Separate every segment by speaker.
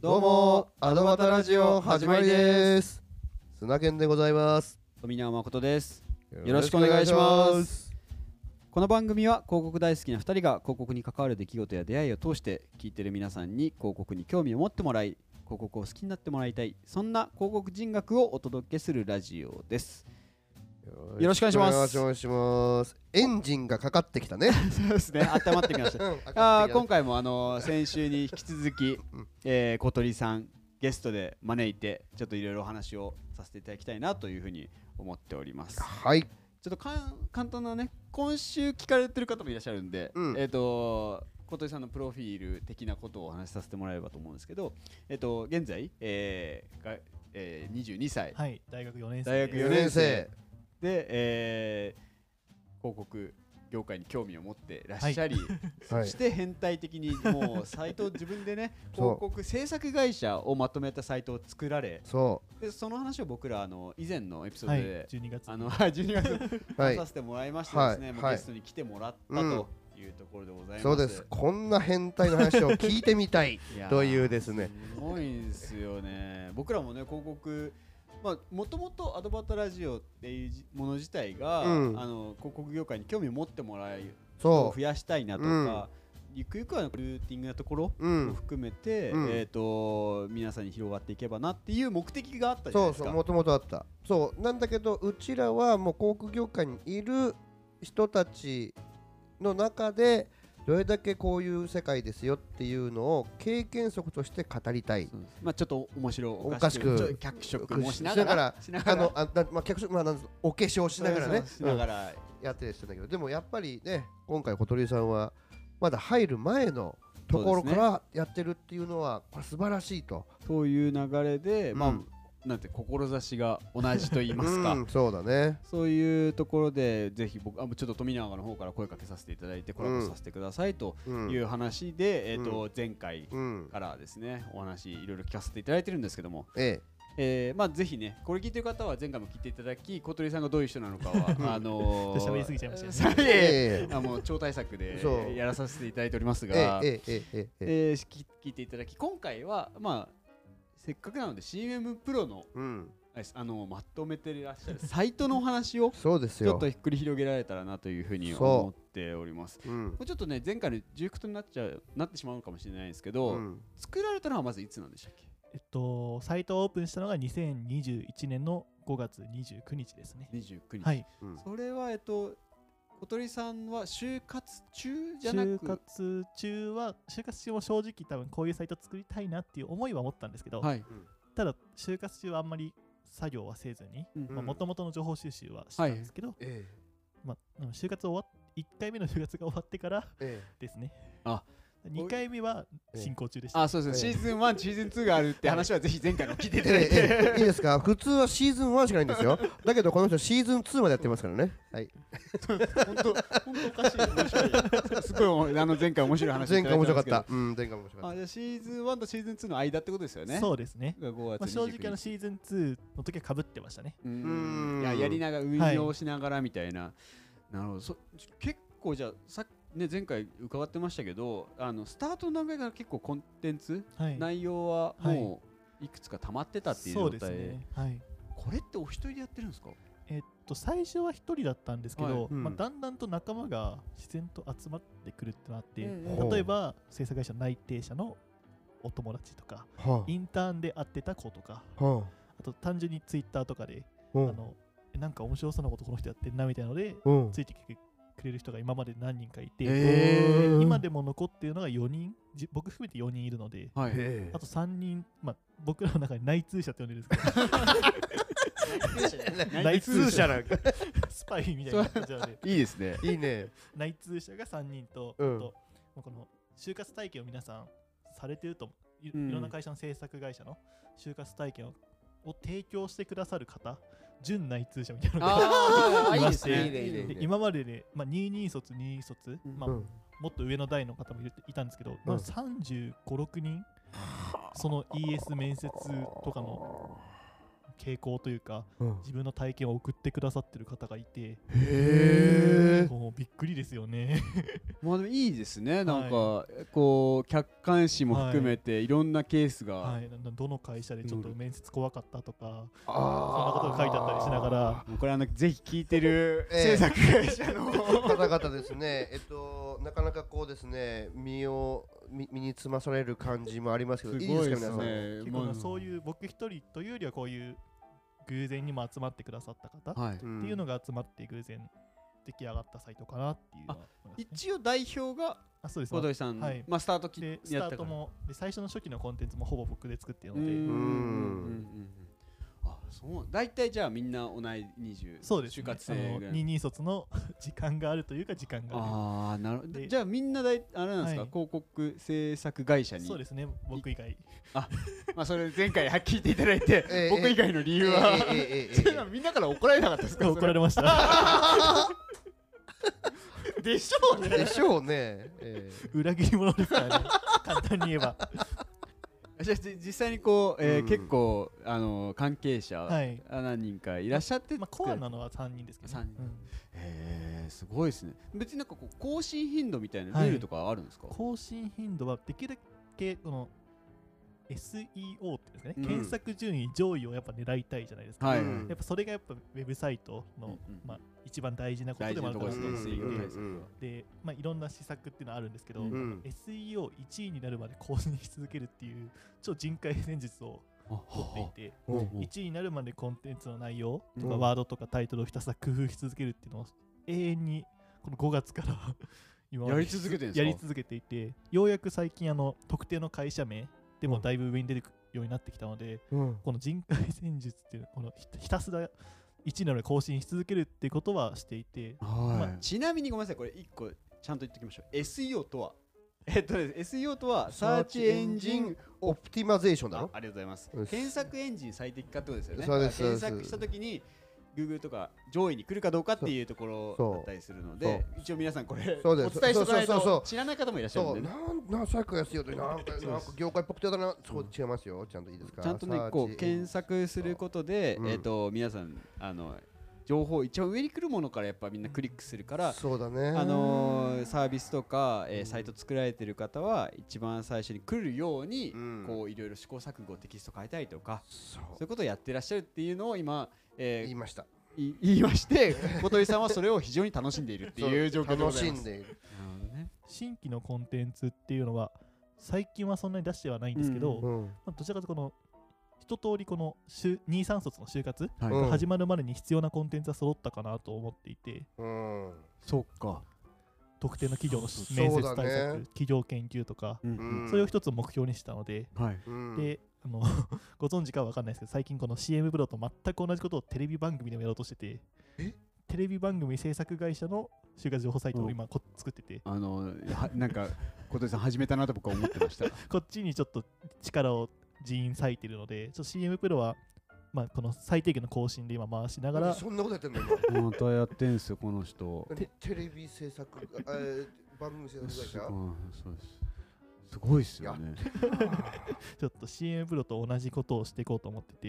Speaker 1: どうもアドバタラジオ始まりです
Speaker 2: 砂犬でございます
Speaker 1: 富永誠ですよろしくお願いしますこの番組は広告大好きな2人が広告に関わる出来事や出会いを通して聞いてる皆さんに広告に興味を持ってもらい広告を好きになってもらいたいそんな広告人学をお届けするラジオですよろしくお願いします
Speaker 2: よろしくお願いしますエンジンがかかってきたね
Speaker 1: そうですね温まってきました あー今回もあのー先週に引き続 き、えー小鳥さんゲストで招いてちょっといろいろお話をさせていただきたいなというふうに思っております
Speaker 2: はい
Speaker 1: ちょっとかん簡単なね今週聞かれてる方もいらっしゃるんで、
Speaker 2: うん
Speaker 1: えっ、と小鳥さんのプロフィール的なことをお話しさせてもらえればと思うんですけど、えっ、と現在、えーがえー、22歳、
Speaker 3: はい、大学4年生
Speaker 1: 大学
Speaker 2: 四
Speaker 1: 4
Speaker 2: 年
Speaker 1: 年
Speaker 2: 生
Speaker 1: 生で、えー広告業界に興味を持ってらっしゃり、
Speaker 2: は
Speaker 1: そして変態的にもうサイトを自分でね
Speaker 2: そう
Speaker 1: 広告制作会社をまとめたサイトを作られ
Speaker 2: そ
Speaker 1: でその話を僕らあの以前のエピソー
Speaker 3: は
Speaker 1: ド
Speaker 3: い、
Speaker 1: で、
Speaker 3: 12月
Speaker 1: あの はい12月
Speaker 2: うはい
Speaker 1: 出させてもらいましてですね、
Speaker 2: はい
Speaker 1: もう
Speaker 2: はい
Speaker 1: ゲストに来てもらった
Speaker 2: うん
Speaker 1: というところでございます。
Speaker 2: そうですこんな変態の話を聞いてみたい
Speaker 1: やー
Speaker 2: というですね
Speaker 1: すごいんですよね。僕らもね広告まあもともとアドバタラジオっていうじもの自体が、
Speaker 2: うん
Speaker 1: あの広告業界に興味を持ってもらえる人を
Speaker 2: そ
Speaker 1: 増やしたいなとか、ゆくゆくはルーティングなところ
Speaker 2: うう
Speaker 1: も
Speaker 2: ん
Speaker 1: 含めて、
Speaker 2: うん
Speaker 1: えっ、と皆さんに広がっていけばなっていう目的があったじゃないう
Speaker 2: そ
Speaker 1: です
Speaker 2: そ
Speaker 1: か。
Speaker 2: うもともとあったそうなんだけどうちらはもう航空業界にいる人たちの中でどれだけこういう世界ですよっていうのを経験則として語りたい
Speaker 1: そうですまあちょっと面白おかしく
Speaker 2: おかしく
Speaker 1: ちょっと脚色もしながら
Speaker 2: しながらあのあだまあ客まあなんですお化粧しながらね
Speaker 1: そうそうしながら、
Speaker 2: うんやってるんだけどでもやっぱりね今回小鳥さんはまだ入る前のところからやってるっていうのはこれ素晴らしいと
Speaker 1: そういう流れで、ま
Speaker 2: う
Speaker 1: あ
Speaker 2: ん
Speaker 1: なんて志が同じと言いますか、
Speaker 2: うんそうだね
Speaker 1: そういうところでぜひ僕あもうちょっと富永の方から声かけさせていただいてコラボさせてくださいと
Speaker 2: う
Speaker 1: い
Speaker 2: ん
Speaker 1: う話で、
Speaker 2: うん
Speaker 1: えっ、と前回
Speaker 2: うん
Speaker 1: からですねお話いろいろ聞かせていただいてるんですけども、
Speaker 2: え
Speaker 1: えーまあぜひねこれ聞いてる方は前回も聞いていただき小鳥さんがどういう人なのか はあの
Speaker 3: ちょっと喋りすぎちゃいました
Speaker 1: ね
Speaker 2: えええ
Speaker 1: あもう超大作で
Speaker 2: そう
Speaker 1: やらさせていただいております
Speaker 2: え
Speaker 1: が、
Speaker 2: えええええええ
Speaker 1: えー聞聞いていただき今回はまあせっかくなので CM プロの
Speaker 2: うん
Speaker 1: ああのまとめていらっし ゃるサイトのお話を
Speaker 2: そうです
Speaker 1: ちょ
Speaker 2: よ
Speaker 1: っとひっくり広げられたらなというふうに
Speaker 2: そう
Speaker 1: 思っております。こ
Speaker 2: うん
Speaker 1: れちょっとね前回の重複となっちゃうなってしまうのかもしれないですけど、
Speaker 2: うん
Speaker 1: 作られたのはまずいつなんでしたっけ
Speaker 3: えっと、サイトをオープンしたのが2021年の5月29日ですね。
Speaker 1: ?29 日、
Speaker 3: はい、
Speaker 2: うん
Speaker 1: それはえっと小鳥さんは就活中じゃなく
Speaker 3: 就活中は、就活中も正直多分こういうサイト作りたいなっていう思いは持ったんですけど、
Speaker 1: はい、
Speaker 3: ただ、就活中はあんまり作業はせずに、
Speaker 1: うん
Speaker 2: うん
Speaker 3: もともとの情報収集はしたんですけど、
Speaker 2: え
Speaker 3: まあ、就活終わっ1回目の就活が終わってから
Speaker 2: ええ
Speaker 3: ですね。
Speaker 1: あ
Speaker 3: 2回目は進行中でした。
Speaker 1: あそうですね、
Speaker 2: ええ
Speaker 1: シーズン1シーズン2があるって話はぜひ前回の聞いていただい
Speaker 2: え
Speaker 1: て、
Speaker 2: えええ いいですか普通はシーズン1しかないんですよだけどこの人シーズン2までやってますからねはい
Speaker 1: 本当本当おかしい面白いすごいおもあの前回面白い話い
Speaker 2: 前
Speaker 1: た
Speaker 2: 回
Speaker 1: だい
Speaker 2: 面白
Speaker 1: んで
Speaker 2: かっ
Speaker 1: すけど
Speaker 2: たうん前回面白かっ
Speaker 1: あじゃあシーズン1とシーズン2の間ってことですよね
Speaker 3: そうですね。
Speaker 1: う5月29
Speaker 3: まあ、
Speaker 1: 日、
Speaker 3: 正直あのシーズン2の時はかぶってましたね。
Speaker 1: うー
Speaker 2: うーん
Speaker 1: んいややりながら運
Speaker 3: はい
Speaker 1: 用しながらみたいな、なるほどそ結構じゃあさっね、前回伺ってましたけどあのスタートの段階から結構コンテンツ、
Speaker 3: はい。
Speaker 1: 内容はもういくつか溜まってたっていう
Speaker 3: そ
Speaker 1: 状
Speaker 3: うで
Speaker 1: 態
Speaker 3: す
Speaker 1: で,、
Speaker 3: ね。はい。
Speaker 1: これってお一人でやってるんですか
Speaker 3: えっと最初は一人だったんですけど、
Speaker 1: はい
Speaker 2: うん
Speaker 3: まあ、だんだんと仲間が自然と集まってくるってのあって、
Speaker 1: うん
Speaker 2: うん
Speaker 3: 例えば制作会社内定者のお友達とか、
Speaker 2: たは
Speaker 3: インターンで会ってた子とか、
Speaker 2: あは
Speaker 3: あと単純にツイッターとかで、
Speaker 2: あう
Speaker 3: あ
Speaker 2: ん
Speaker 3: のえなんか面白そうなことこの人やってんなみたいなので、
Speaker 2: うん
Speaker 3: ついてきてくれる人が今まで何人かいて、
Speaker 1: へ
Speaker 2: ー
Speaker 3: で今でも残っているのが4人、じ僕含めて4人いるので、
Speaker 1: はい
Speaker 2: ええ
Speaker 3: あと3人、まあ、僕らの中に内通者って呼んでるんですけど、
Speaker 1: 内通者
Speaker 2: なんか
Speaker 3: スパイみたいな感じなので、
Speaker 1: いいです ね
Speaker 2: いいね
Speaker 3: 内通者が3人と、
Speaker 2: うん
Speaker 3: あともうこの就活体験を皆さんされてると思うい,、
Speaker 1: うん
Speaker 3: ろんな会社の制作会社の就活体験をを提供してくださる方、準内通者みたいなのが
Speaker 1: ああいい
Speaker 3: い
Speaker 1: で
Speaker 3: ますす
Speaker 1: ね
Speaker 3: ね
Speaker 2: いいねいいね
Speaker 3: で今までで、まあ、22卒、22卒、
Speaker 1: うん
Speaker 3: まあ
Speaker 2: う
Speaker 3: も
Speaker 2: ん
Speaker 3: っと上の代の方もいるいたんですけど、まあ、35、6人、その ES 面接とかの傾向というか
Speaker 2: うん
Speaker 3: 自分の体験を送ってくださってる方がいて
Speaker 2: へえ
Speaker 3: もうびっくりですよね
Speaker 1: まあでもいいですねなんか、こう客観視も含めていろんなケースが、
Speaker 3: はいななどの会社でちょっと面接怖かったとか
Speaker 2: そん
Speaker 3: そんなことが書いてあったりしながら
Speaker 1: もうこれはぜひ聞いて る
Speaker 2: ええ
Speaker 1: 制作会社の、
Speaker 2: 方々ですね、えっと、なかなかこうですね、身を、身身につまされる感じもありますけど、いいですか、皆さん。
Speaker 3: 結構なそう
Speaker 1: う
Speaker 3: いう僕一人というよりはこういう偶然にも集まってくださった方っ
Speaker 1: はい
Speaker 2: ん
Speaker 3: ていうのが集まって偶然出来上がったサイトかなっていうのは思いますね
Speaker 1: 一応代表が
Speaker 3: あそうです
Speaker 1: 小鳥さん、
Speaker 3: はい
Speaker 1: まあスタートき
Speaker 3: でスタ
Speaker 1: やっ
Speaker 3: ー
Speaker 1: た
Speaker 3: ト
Speaker 1: から
Speaker 3: もで最初の初期のコンテンツもほぼ僕で作ってる
Speaker 1: うんうん
Speaker 3: ので
Speaker 1: うん
Speaker 2: う
Speaker 1: うん
Speaker 2: ん
Speaker 1: あそう大体じゃあみんな同い20
Speaker 3: そうです、
Speaker 1: 就
Speaker 3: ね、
Speaker 1: 活生ぐら
Speaker 3: あ
Speaker 1: い
Speaker 3: の二人卒の 時間があるというか時間があ
Speaker 1: ああなるほど
Speaker 3: で
Speaker 1: じゃあみんなだいあれなんですか、
Speaker 3: はい
Speaker 1: 広告制作会社
Speaker 3: る
Speaker 1: に
Speaker 3: そうですね僕以外
Speaker 1: まあそれ前回は聞いていただいて、
Speaker 2: ええ
Speaker 1: 僕以外の理
Speaker 2: ええ
Speaker 1: 由は、
Speaker 2: ええええええ
Speaker 1: それはみんなから怒られなかったですか
Speaker 3: 怒られました
Speaker 1: それでしょうね
Speaker 2: でしょうね。え
Speaker 3: 裏切り者ですからね簡単に言 えば
Speaker 1: じゃあじ実際にこう、えー
Speaker 2: うん
Speaker 1: 結構あの関係者、
Speaker 3: はい
Speaker 1: あ何人かいらっしゃって、
Speaker 3: まあコアなのは3人ですけどね、
Speaker 1: 三人
Speaker 3: うん
Speaker 1: へえすごいですね別になんかこう更新頻度みたいな
Speaker 3: はい
Speaker 1: ルールとかはあるんですか、
Speaker 3: 更新頻度はできるだけこの SEO っていうんですかね、
Speaker 1: うん
Speaker 3: 検索順位上位をやっぱ狙いたいじゃないですか、
Speaker 1: はい
Speaker 2: うん
Speaker 1: はい
Speaker 3: やっぱそれがやっぱウェブサイトの、
Speaker 1: うんうん
Speaker 3: まあ、一番大事なこと
Speaker 1: 大事
Speaker 3: でもあ
Speaker 1: なと
Speaker 3: る
Speaker 1: こ
Speaker 3: か
Speaker 1: ろ
Speaker 3: ら
Speaker 1: ですね
Speaker 2: う
Speaker 1: SEO
Speaker 2: ん
Speaker 1: 対策は、
Speaker 2: うんうん
Speaker 3: で、まあ、いろんな施策っていうのはあるんですけど、
Speaker 1: うん
Speaker 3: SEO1 位になるまで更新し続けるっていう超人海戦術を
Speaker 1: あ
Speaker 3: 取っていて
Speaker 1: ほうほう
Speaker 3: 1位になるまでコンテンツの内容と
Speaker 2: う
Speaker 3: か
Speaker 2: ん
Speaker 3: ワードとかタイトルをひたすら工夫し続けるっていうのを永遠にこの5月から 今ま
Speaker 1: やり続けてるんです
Speaker 3: や
Speaker 1: か
Speaker 3: り続けていてようやく最近あの特定の会社名でもだいぶ上に出てくるようになってきたので
Speaker 2: うん
Speaker 3: この人海戦術っていうこのひひたすら1位なので更新し続けるっていうことはしていて
Speaker 1: はい
Speaker 3: まあ
Speaker 1: ちなみにごめんなさいこれ一個ちゃんと言っておきましょう SEO とはえっとね SEO とはサーチエンジン
Speaker 2: オプティマゼーションだ
Speaker 1: あ
Speaker 2: ろ。
Speaker 1: ありがとうございます
Speaker 2: うん
Speaker 1: 検索エンジン最適化ってことですよね
Speaker 2: そうです
Speaker 1: だから
Speaker 2: そう
Speaker 1: 検索
Speaker 2: です
Speaker 1: したときに Google とか上位に来るかどうかっていうところ
Speaker 2: そう
Speaker 1: だったりするので一応皆さんこれ
Speaker 2: そ
Speaker 1: お
Speaker 2: うで
Speaker 1: 伝
Speaker 2: す
Speaker 1: えしておかない
Speaker 2: そう
Speaker 1: と
Speaker 2: そうそうそう
Speaker 1: 知らない方もいらっしゃるん
Speaker 2: そ
Speaker 1: で
Speaker 2: う、
Speaker 1: ね
Speaker 2: なん、なん、さっき安いよって、なんか、なんか業界っぽくてだな、そう、違いますよ、ちゃんといいですか。
Speaker 1: ちゃんとね
Speaker 2: サーチ
Speaker 1: こう検索することで
Speaker 2: うん
Speaker 1: えっと皆さんあの情報一応上に来るものからやっぱみんなクリックするから
Speaker 2: そうだね。
Speaker 1: あのーサービスとか、えーサイト作られてる方は一番最初に来るように、
Speaker 2: うん
Speaker 1: こういろいろ試行錯誤テキスト変えたりとか
Speaker 2: そ
Speaker 1: そう
Speaker 2: う
Speaker 1: いうことをやってらっしゃるっていうのを今、え
Speaker 2: 言い
Speaker 1: ー
Speaker 2: ました。
Speaker 1: い言いまして小鳥さんはそれを非常に楽しんでいるっていう状況でご
Speaker 2: 楽
Speaker 1: ざいま
Speaker 2: しん
Speaker 1: す。
Speaker 2: でいる。
Speaker 1: なるほどね
Speaker 3: 新規のコンテンツっていうのは最近はそんなに出してはないんですけど、
Speaker 1: う
Speaker 2: うん。
Speaker 3: まあ、どちらかというとこの一通りこの就2、3卒の就活
Speaker 1: はい
Speaker 2: うん
Speaker 3: 始まるまでに必要なコンテンツは揃ったかなと思っていて
Speaker 2: うん。
Speaker 1: そっか、
Speaker 3: 特定の企業の
Speaker 1: そう
Speaker 3: 面接
Speaker 2: そう
Speaker 3: 対
Speaker 2: だね
Speaker 3: 策、企業研究とか、
Speaker 1: うん
Speaker 2: うん
Speaker 3: それを一つ目標にしたので、
Speaker 1: はい、
Speaker 2: うん。
Speaker 3: であの ご存知かわかんないですけど最近この CM プロと全く同じことをテレビ番組でもやろうとしてて
Speaker 2: え
Speaker 3: テレビ番組制作会社の就活情報サイトを今こ作ってて
Speaker 1: あのはなんか小鳥さん始めたなと僕は思ってま した。
Speaker 3: こっちにちょっと力を人員割いてるのでちょっと CM プロは、まあ、この最低限の更新で今回しながら
Speaker 2: そんなことやってんの今
Speaker 1: またやってんすよこの人。
Speaker 2: 何テレビ制作、あえー番組制作会
Speaker 1: す
Speaker 2: 社
Speaker 1: ごいそうですすごいですよね。
Speaker 3: ちょっと CM プロと同じことをしていこうと思ってて、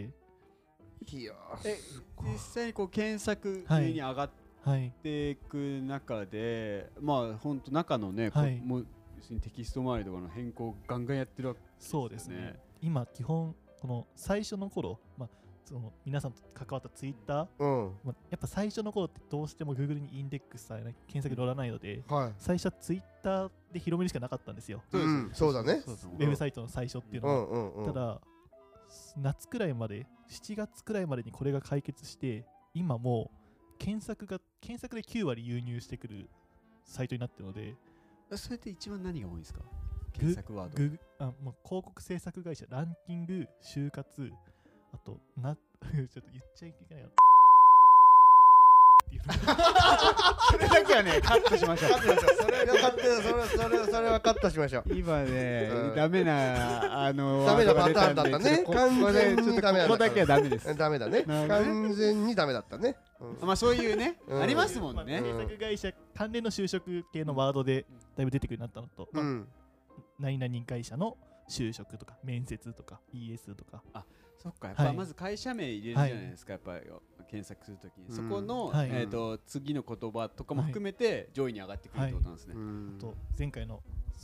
Speaker 2: いやー
Speaker 1: え
Speaker 2: すごい
Speaker 1: 実際にこう検索
Speaker 3: は
Speaker 1: 上
Speaker 3: い
Speaker 1: に上がっ
Speaker 3: はい
Speaker 1: やっていく中でまあ本当中のね、こ
Speaker 3: はい
Speaker 1: もう要するにテキスト周りとかの変更をガンガンやってるわけ
Speaker 3: そうですね今基本この最初の頃、まあ、その皆さんと関わった Twitter
Speaker 2: うん
Speaker 3: まあやっぱ最初の頃ってどうしても Google にインデックスされない検索で乗らないので、
Speaker 2: はい
Speaker 3: 最初は Twitter で広めにしかなかったんですよ。
Speaker 1: そうですよね
Speaker 2: んそうだね
Speaker 3: そうです
Speaker 1: うん
Speaker 3: ウェブサイトの最初っていう
Speaker 2: う
Speaker 3: のは。
Speaker 2: んうんうん
Speaker 3: ただ、夏くらいまで、7月くらいまでにこれが解決して、今もう検索が、検索で9割輸入してくるサイトになってるので、
Speaker 1: えそれって一番何が多いんですか検索ワード
Speaker 3: Google あもう広告制作会社、ランキング、就活、あと、な、ち ょっと言っちゃいけないな。っていうのが
Speaker 1: それだけはねカットしましょ
Speaker 2: カットしましょうそれがカットそれそれそれはカットしましょう
Speaker 1: 今ね
Speaker 2: うん
Speaker 1: ダメなあの
Speaker 2: ダメな
Speaker 1: ワードが出
Speaker 2: パターンだったね
Speaker 1: ちょと
Speaker 2: 完全に
Speaker 1: ここねちょっと
Speaker 2: ダメだった
Speaker 1: ここだけはダメです
Speaker 2: えダメだね
Speaker 1: なるほど
Speaker 2: 完全にダメだったねうん
Speaker 1: まあそういうね
Speaker 2: うん
Speaker 1: ありますもん
Speaker 3: まあ
Speaker 1: ね
Speaker 3: 制作会社関連の就職系のワードでだいぶ出てくるようになったのと、
Speaker 2: う
Speaker 3: まあ、
Speaker 2: ん
Speaker 3: 何々会社の就職とか面接とか ES とか
Speaker 1: そっかやっぱ
Speaker 3: はい
Speaker 1: まず会社名入れるじゃないですか、やっぱり検索するときに、
Speaker 2: うん
Speaker 1: そこの、
Speaker 3: はい
Speaker 1: えー、と次の言葉とかも含めて上位に上がってくるってことなんですね、
Speaker 2: うん
Speaker 3: と前回の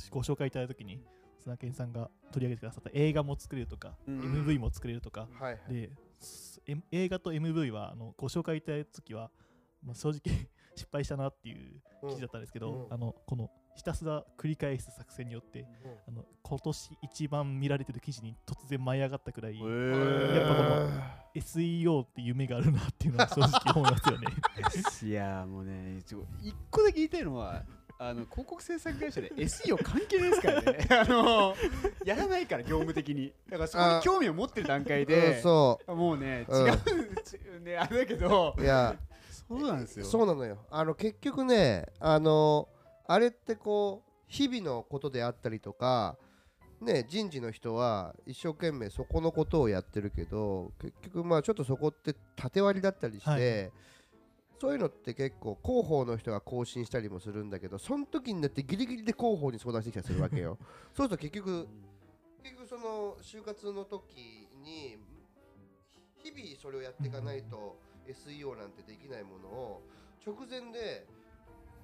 Speaker 3: ご紹介いただいた時に砂健さんが取り上げてくださった映画も作れるとか、
Speaker 1: うん
Speaker 3: MV も作れるとか
Speaker 2: はいはい
Speaker 3: ですえ映画と MV はあのご紹介いただいた時は、まあ、正直 失敗したなっていう記事だったんですけど、
Speaker 2: うんうん
Speaker 3: あのこのひたすら繰り返す作戦によってあの今年一番見られてる記事に突然舞い上がったくらい、
Speaker 1: へ
Speaker 2: うん
Speaker 1: ー
Speaker 3: やっぱこの SEO って夢があるなっていうのは正直思いま すよね。
Speaker 1: いやーもうねちょ一個だけ言いたいのはあの広告制作会社で SEO 関係ないですからね あのやらないから業務的にだからそこに興味を持ってる段階
Speaker 2: うん
Speaker 1: で、
Speaker 2: そ
Speaker 1: もうね違
Speaker 2: うん
Speaker 1: う、ねあれだけど
Speaker 2: ういや
Speaker 1: そうなんですよ
Speaker 2: そうなのよあの結局ねあのあれってこう日々のことであったりとかね人事の人は一生懸命そこのことをやってるけど結局まあちょっとそこって縦割りだったりして、
Speaker 3: はい
Speaker 2: そういうのって結構広報の人が更新したりもするんだけどその時になってギリギリで広報に相談してきたりするわけ よそうすると結局結局その就活の時に日々それをやっていかないと SEO なんてできないものを直前で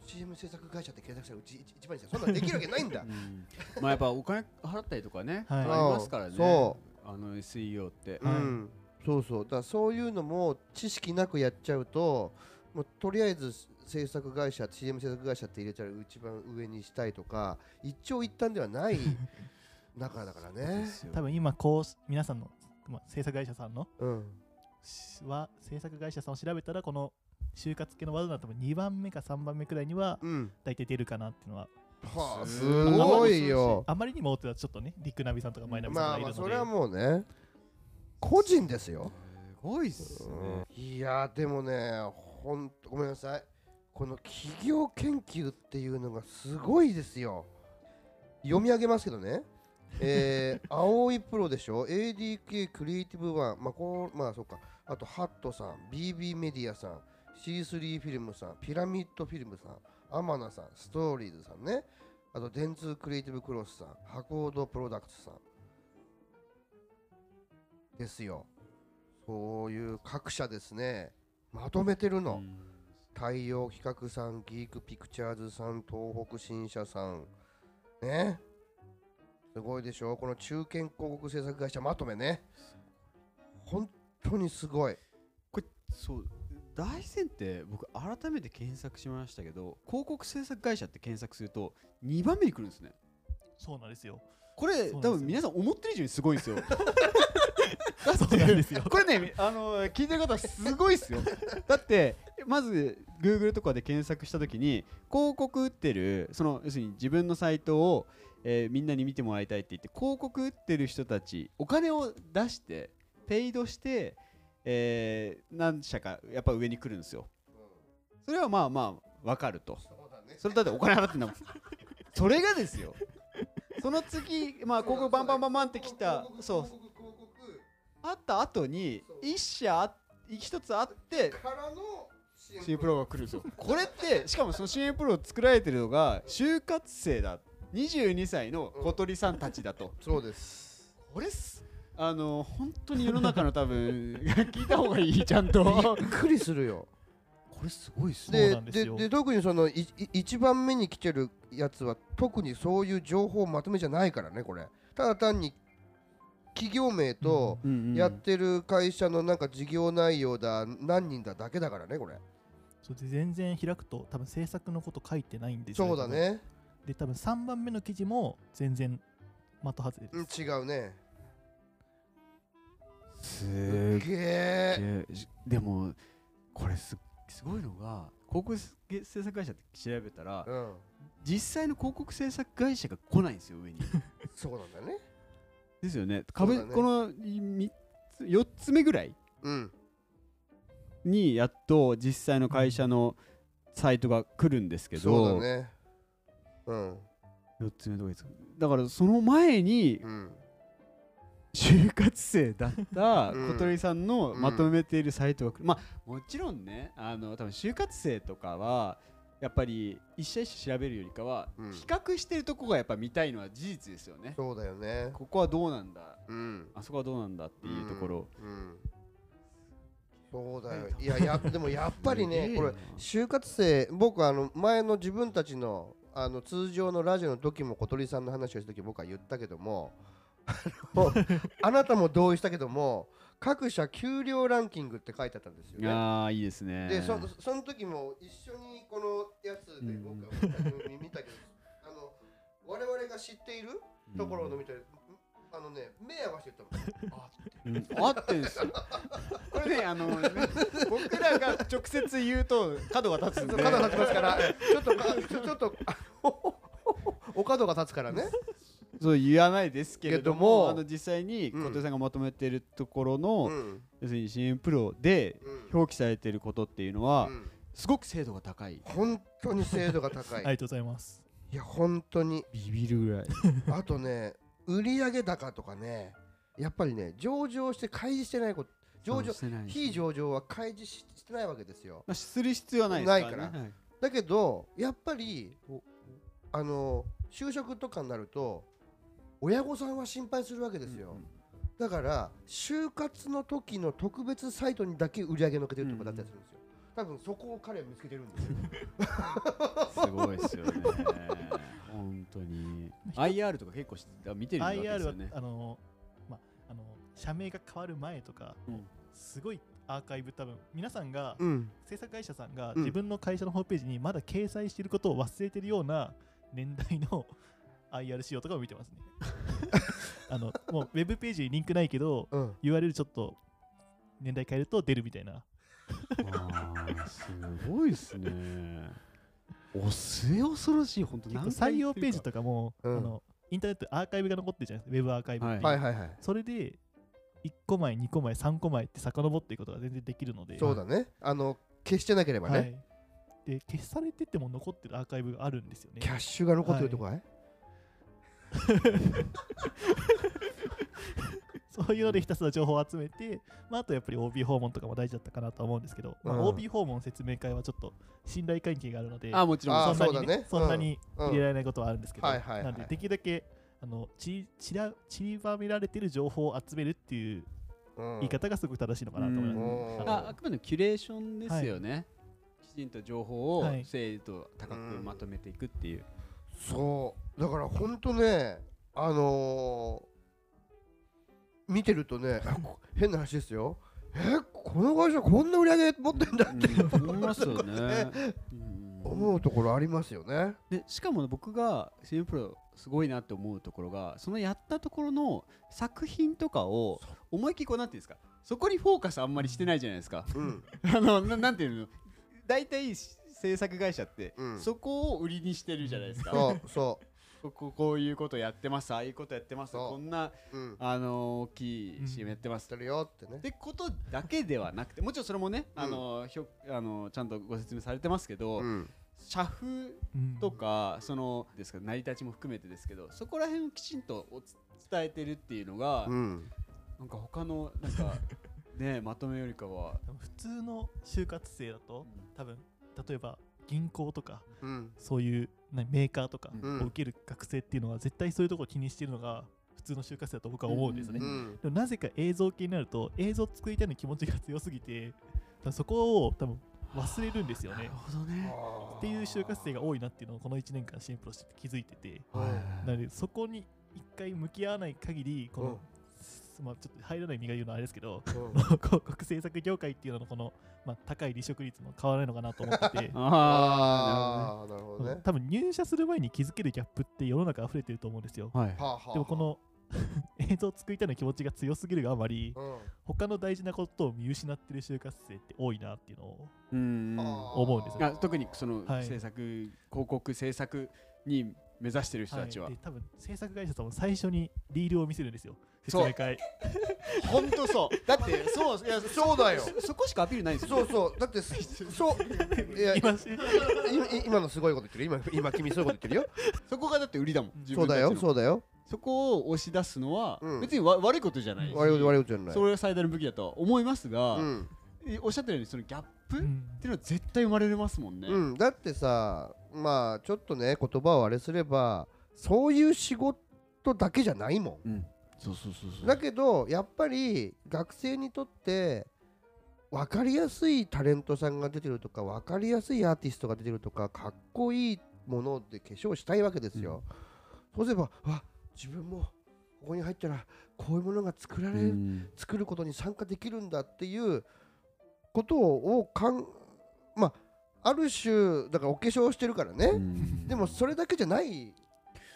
Speaker 2: CM 制作会社って検索したらうち一一番にしたそんなんできるわけない んだ
Speaker 1: うんまあやっぱお金払ったりとかね、
Speaker 3: はい
Speaker 1: ありますからね
Speaker 2: そ
Speaker 1: あの SEO って
Speaker 2: う
Speaker 3: はい
Speaker 2: んそうそうだからそういうのも知識なくやっちゃうともうとりあえず制作会社 CM 制作会社って入れちゃう一番上にしたいとか一長一短で はない中だからね
Speaker 1: ですよ
Speaker 3: 多分今こうし皆さんの、まあ、制作会社さんの
Speaker 2: うん
Speaker 3: しは制作会社さんを調べたらこの就活系のワードだと2番目か3番目くらいには
Speaker 2: うん
Speaker 3: 大体出るかなっていうのは
Speaker 2: はあ
Speaker 1: す
Speaker 2: す
Speaker 1: ごい
Speaker 2: ごいよ
Speaker 3: あまりにも大手だとちょっとねリクナビさんとかマイナビさん
Speaker 2: ま
Speaker 3: が
Speaker 2: あ
Speaker 3: いる
Speaker 2: ま
Speaker 3: の
Speaker 2: あ
Speaker 3: で、
Speaker 2: それはもうね個人ですよ、
Speaker 1: すごいっすね
Speaker 2: いやーでもねほんとごめんなさいこの企業研究っていうのがすごいですよ読み上げますけどねえー、青いプロでしょ ADK クリエイティブワンまあこうまあそうかあとハットさん BB メディアさん C3 フィルムさんピラミッドフィルムさんアマナさんストーリーズさんねあと電通クリエイティブクロスさん箱ドプロダクツさんですよそういう各社ですねまとめてる
Speaker 1: う
Speaker 2: の、
Speaker 1: ん
Speaker 2: 太陽企画さんギークピクチャーズさん東北新社さんねすごいでしょこの中堅広告制作会社まとめね本当にすごい
Speaker 1: これそう大戦って僕改めて検索しましたけど広告制作会社って検索すると2番目に来るんですね
Speaker 3: そうなんですよ
Speaker 1: これ
Speaker 3: そうなんです
Speaker 1: 多
Speaker 3: よ
Speaker 1: 分皆さん思ってる以上にすごいんです よだ
Speaker 3: そうなんですよ
Speaker 1: これねあの聞いてる方すごいっすよだってまず Google とかで検索した時に広告打ってるその要するに自分のサイトを、えーみんなに見てもらいたいって言って広告打ってる人たちお金を出してペイドして、えー何社かやっぱ上に来るんですよそれはまあまあわかると
Speaker 2: そうだね
Speaker 1: それだってお金払ってんだもんそれがですよその次まあ広告バンバンバンバンってきたそう
Speaker 2: 広告広告
Speaker 1: あった後に
Speaker 2: そう
Speaker 1: 一社あ一つあって
Speaker 2: からの
Speaker 1: CM プロが来るんですよこれってしかもその CM プロを作られてるのが就活生だ22歳の小鳥さんたちだと、
Speaker 2: そうです
Speaker 1: これっすあの本当に世の中の多分聞いた方がいいちゃんとこ
Speaker 2: びっくりするよ
Speaker 1: れすごいっすね
Speaker 3: そう
Speaker 2: で
Speaker 3: なんです
Speaker 2: で
Speaker 3: よ
Speaker 2: で特にそのいい一番目に来てるやつは特にそういう情報まとめじゃないからねこれただ単に企業名と
Speaker 1: うんうん
Speaker 2: やってる会社のなんか事業内容だ何人だだけだからねこれ
Speaker 3: そうで全然開くと多分制作のこと書いてないんですよ
Speaker 2: そうだね
Speaker 3: で多分3番目の記事も全然的外れ
Speaker 2: うん
Speaker 3: です、
Speaker 2: 違うね
Speaker 1: す
Speaker 2: す
Speaker 1: っ
Speaker 2: げえ
Speaker 1: でじでもこれすすごいのが広告制作会社って調べたら
Speaker 2: うん
Speaker 1: 実際の広告制作会社が来ないんですよ上に
Speaker 2: そうなんだよね
Speaker 1: ですよね
Speaker 2: そう
Speaker 1: 株
Speaker 2: だね
Speaker 1: このい三つ4つ目ぐらい
Speaker 2: うん
Speaker 1: にやっと実際の会社のサイトが来るんですけ
Speaker 2: そう
Speaker 1: ど、
Speaker 2: だねうん
Speaker 1: 4つ目どこですかだからその前に
Speaker 2: うん
Speaker 1: 就活生だった
Speaker 2: うん
Speaker 1: 小鳥さんのまとめているサイトが来る、まあもちろんねあの多分就活生とかはやっぱり一社一社調べるよりかは、
Speaker 2: うん
Speaker 1: 比較してるとこがやっぱ見たいのは事実ですよね
Speaker 2: そうだよね
Speaker 1: ここはどうなんだ
Speaker 2: うん
Speaker 1: あそこはどうなんだっていうところ、
Speaker 2: うんそうだよいややでもやっぱり
Speaker 1: い
Speaker 2: ね
Speaker 1: いよ
Speaker 2: これ
Speaker 1: な
Speaker 2: 就活生僕あの前の自分たちのあの通常のラジオの時も小鳥さんの話をした時僕は言ったけども あのあなたも同意したけども各社給料ランキングって書いてあったんですよ
Speaker 1: い
Speaker 2: ね。
Speaker 1: やーいいですね
Speaker 2: でそその時も一緒にこのやつで
Speaker 1: うん
Speaker 2: 僕は見見たけど、 あの我々が知っているところの見て、あのね目合わせてたもん あ
Speaker 1: うん合ってんす よこれねあのね僕らが直接言うと角が立つんで
Speaker 2: 角が立ちますからちょっとかちょちょっとあお角が立つからね
Speaker 1: そう言わないですけれども
Speaker 2: けども
Speaker 1: あの実際に
Speaker 2: うん
Speaker 1: 小手さんがまとめてるところの、
Speaker 2: うん
Speaker 1: 要するに CM プロで
Speaker 2: うん
Speaker 1: 表記されてることっていうのは、
Speaker 2: うん
Speaker 1: すごく精度が高い
Speaker 2: 本当に精度が高
Speaker 3: あ
Speaker 2: い
Speaker 3: りがとうございます。
Speaker 2: いや本当に
Speaker 1: ビビるぐらい
Speaker 2: あとね売上高とかねやっぱりね上場して開示してないこと上場
Speaker 1: してないですね
Speaker 2: 非上場は開示ししてないわけですよ
Speaker 1: まあする必要はないですから,、ね、
Speaker 2: ないから
Speaker 1: はい
Speaker 2: だけどやっぱりおあの就職とかになると親御さんは心配するわけですよ、だから就活の時の特別サイトにだけ売り上げのっけてるとこだったりするんですよ、多分そこを彼は見つけてるんですよ
Speaker 1: すごいですよね本当に IR とか結構し見てるわけです
Speaker 3: IR
Speaker 1: よ
Speaker 3: は
Speaker 1: ね、
Speaker 3: あの、ま、あの、社名が変わる前とか、
Speaker 1: うん
Speaker 3: すごいアーカイブ多分、皆さんが、
Speaker 2: うん
Speaker 3: 制作会社さんが
Speaker 2: うん
Speaker 3: 自分の会社のホームページにまだ掲載していることを忘れてるような年代の IR 仕様とかを見 てますね。あの、もうウェブページにリンクないけど、
Speaker 2: うん
Speaker 3: URL ちょっと年代変えると出るみたいな。
Speaker 1: あーすごいですねお末恐ろしい本当
Speaker 3: 結構採用ページ
Speaker 1: か
Speaker 3: とかも、
Speaker 2: うん
Speaker 3: あのインターネットでアーカイブが残ってるじゃないですか、ウェブアーカイブっていう
Speaker 2: はいはいはい
Speaker 3: それで1個前、2個前、3個前って遡っていくことが全然できるので、
Speaker 2: そうだねあの消してなければね、
Speaker 3: はいで消されてても残ってるアーカイブがあるんですよね
Speaker 2: キ。ャッシュが残ってるとこはい、
Speaker 3: そういうのでひたすら情報を集めて、まあ、あとやっぱり OB 訪問とかも大事だったかなとは思うんですけど、まあ
Speaker 2: うん
Speaker 3: OB 訪問説明会はちょっと信頼関係があるので、
Speaker 1: あもちろん
Speaker 2: あ
Speaker 1: そ
Speaker 3: そ
Speaker 1: うんそ
Speaker 3: な
Speaker 1: う
Speaker 3: に
Speaker 2: そうだね
Speaker 3: そんなに
Speaker 2: うん
Speaker 3: 入れられないことはあるんですけど、
Speaker 2: はいはいはい
Speaker 3: なんでできるだけあのちちらちりばめられてる情報を集めるっていう
Speaker 2: うん
Speaker 3: 言い方がすごく正しいのかなと思います。
Speaker 2: うん
Speaker 3: あ
Speaker 1: ああくまでもキュレーションですよね、きちんと情報を
Speaker 3: はい
Speaker 1: 精度高くまとめていくっていう、
Speaker 2: そうだからほんとねあのー見てるとねあこ変な話ですよえこの会社こんな売り上げ持ってんだっていう
Speaker 1: うん思いますよね、うん
Speaker 2: 思うところありますよね
Speaker 1: でしかも僕が CM プロすごいなって思うところがそのやったところの作品とかを思いっきりこうなんていうんですかそこにフォーカスあんまりしてないじゃないですか
Speaker 2: うん
Speaker 1: あのななんていうの大体制作会社って、
Speaker 2: うん
Speaker 1: そこを売りにしてるじゃないですか
Speaker 2: そうそ
Speaker 1: こここういうことやってますああいうことやってます
Speaker 2: そう
Speaker 1: こんな、
Speaker 2: ううん
Speaker 1: あの大き
Speaker 3: う
Speaker 1: い
Speaker 3: ん
Speaker 1: CM やってます、
Speaker 2: してるよってね
Speaker 1: ってことだけではなくてもちろんそれもね、あのひょあのちゃんとご説明されてますけど、
Speaker 2: うん
Speaker 1: 社風
Speaker 3: うん
Speaker 1: とか、そのですか成り立ちも含めてですけどそこら辺をきちんとおつ伝えてるっていうのが、
Speaker 2: うん
Speaker 1: なんか他のなん かねまとめよりかは、
Speaker 3: 普通の就活生だと多分例えば銀行とか
Speaker 2: うん
Speaker 3: そういう何メーカーとか
Speaker 2: うん
Speaker 3: を受ける学生っていうのは絶対そういうところを気にしてるのが普通の就活生だと僕は思うんですね。
Speaker 2: う
Speaker 1: うん
Speaker 3: でもなぜか映像系になると映像作りたいの気持ちが強すぎて多分そこを多分忘れるんですよね。
Speaker 1: ほどね
Speaker 3: っていう就活生が多いなっていうのをこの1年間シンプルして気づいてて
Speaker 2: はい
Speaker 3: なのでそこに一回向き合わない限りこ
Speaker 2: うん
Speaker 3: の、まあ、ちょっと入らない身が言うのはあれですけど
Speaker 2: うん
Speaker 3: 広告制作業界っていうののこの、まあ、高い離職率も変わらないのかなと思ってて
Speaker 1: ああ
Speaker 2: ああなるほどね
Speaker 3: 多分入社する前に気づけるギャップって世の中溢れてると思うんですよ
Speaker 1: なるほどねはい
Speaker 2: はあはあ
Speaker 3: でもこの 映像を作りたいの気持ちが強すぎるがあまり
Speaker 2: うん
Speaker 3: 他の大事なことを見失ってる就活生って多いなっていうのを
Speaker 1: うん
Speaker 2: あー
Speaker 3: 思うんですよ
Speaker 1: が特にその
Speaker 3: はい
Speaker 1: 制作、広告制作に目指してる人たちは、
Speaker 3: い、で多分制作会社さんも最初にリールを見せるんですよ説
Speaker 1: そう
Speaker 3: 明会
Speaker 1: ほんとそう だってそういや
Speaker 2: そうだよ
Speaker 1: そそこしかアピールないんですよ
Speaker 2: そうそうだってすそうい や
Speaker 3: 今し
Speaker 2: いい今のすごいこと言ってる今今君そういうこと 言ってる
Speaker 1: そこがだって売りだもん自
Speaker 2: よそう
Speaker 1: 分た
Speaker 2: だ
Speaker 1: ち
Speaker 2: よ
Speaker 1: の
Speaker 2: そうだよ
Speaker 1: そこを押し出すのは、
Speaker 2: うん
Speaker 1: 別にわ悪いことじゃないし
Speaker 2: 悪いこと悪いことじゃない
Speaker 1: それが最大の武器だとは思いますが、
Speaker 2: うん
Speaker 1: えおっしゃったようにそのギャップっ
Speaker 3: うん
Speaker 1: ていうのは絶対生まれますもんね、
Speaker 2: うん、だってさまあちょっとね言葉をあれすればそういう仕事だけじゃないも
Speaker 1: うんそうそうそうそ
Speaker 2: ん
Speaker 1: う
Speaker 2: だけどやっぱり学生にとって分かりやすいタレントさんが出てるとか分かりやすいアーティストが出てるとかかっこいいもので化粧したいわけですよ、そうすればあ自分もここに入ったらこういうものが作られる
Speaker 1: うん
Speaker 2: 作ることに参加できるんだっていうことをかんまあある種だからお化粧してるから
Speaker 1: う
Speaker 2: ね、
Speaker 1: ん
Speaker 2: でもそれだけじゃない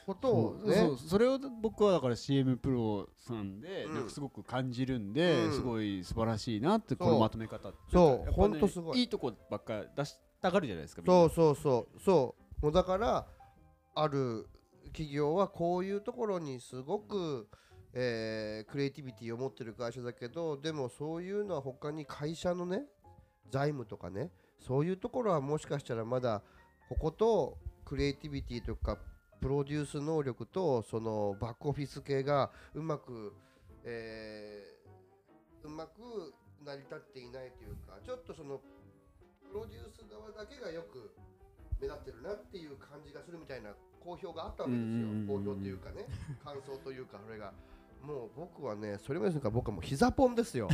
Speaker 2: ことを
Speaker 1: そう
Speaker 2: ね
Speaker 1: そうそれを僕はだから CM プロさんで
Speaker 2: うん
Speaker 1: なんかすごく感じるんで、
Speaker 2: うん
Speaker 1: すごい素晴らしいなって
Speaker 2: そ
Speaker 1: こ
Speaker 2: う
Speaker 1: のまとめ方って
Speaker 2: そう
Speaker 1: やっぱね
Speaker 2: ほんとすごい
Speaker 1: いいとこばっか出したがるじゃないですかみんな
Speaker 2: そうそうそうそうもうだからある企業はこういうところにすごく、えークリエイティビティを持ってる会社だけどでもそういうのは他に会社のね財務とかねそういうところはもしかしたらまだこことクリエイティビティとかプロデュース能力とそのバックオフィス系がうまく、えーうまく成り立っていないというかちょっとそのプロデュース側だけがよく目立ってるなっていう感じがするみたいな好評があったわけですよ
Speaker 1: うんうんうんうん
Speaker 2: 好評というかね感想というかそれがもう僕はねそれもですから僕はもう膝ポンです よ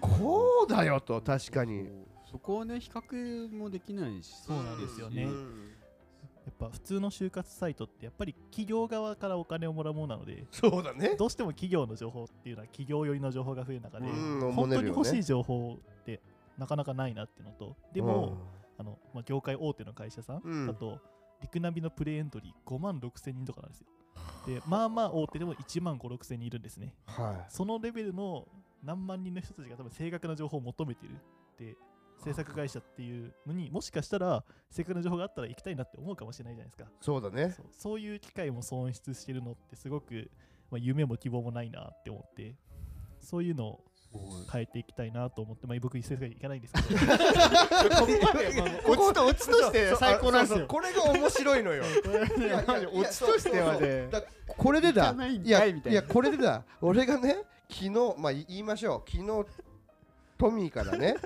Speaker 2: こうだよと確かに
Speaker 1: そうそこをね比較もできないし
Speaker 3: そうなんですよね
Speaker 2: うん
Speaker 3: やっぱ普通の就活サイトってやっぱり企業側からお金をもらうものなので
Speaker 2: そうだね
Speaker 3: どうしても企業の情報っていうのは企業寄りの情報が増える中で、
Speaker 2: うんおも
Speaker 3: 本
Speaker 2: ね
Speaker 3: 当
Speaker 2: るよ
Speaker 3: に
Speaker 2: ね
Speaker 3: 欲しい情報ってなかなかないなっていうのとでも、
Speaker 2: うん
Speaker 3: あのまあ、業界大手の会社さん
Speaker 2: うん
Speaker 3: だと、リクナビのプレエントリー5万6千人とかなんですよ。で、まあまあ大手でも1万5、6千人いるんですね。
Speaker 2: は
Speaker 3: そのレベルの何万人の人たちが多分正確な情報を求めてる。で、制作会社っていうのにもしかしたら正確な情報があったら行きたいなって思うかもしれないじゃないですか。
Speaker 2: いそうだね
Speaker 3: そうそういう機会も損失してるのってすごく、まあ、夢も希望もないなって思って、そういうのを変えていきたいなと思って、まあ、僕、一世界行かないんですけど。
Speaker 2: ここ落ちとして
Speaker 1: 最高なんですよ
Speaker 2: これが面白いのよいやいやいや
Speaker 1: 落ちとしてはね
Speaker 2: そうそうだこれでだ
Speaker 1: 行かないんかいみ
Speaker 2: や
Speaker 1: たいない
Speaker 2: やこれでだ俺がね昨日まあ言いましょう昨日トミーからね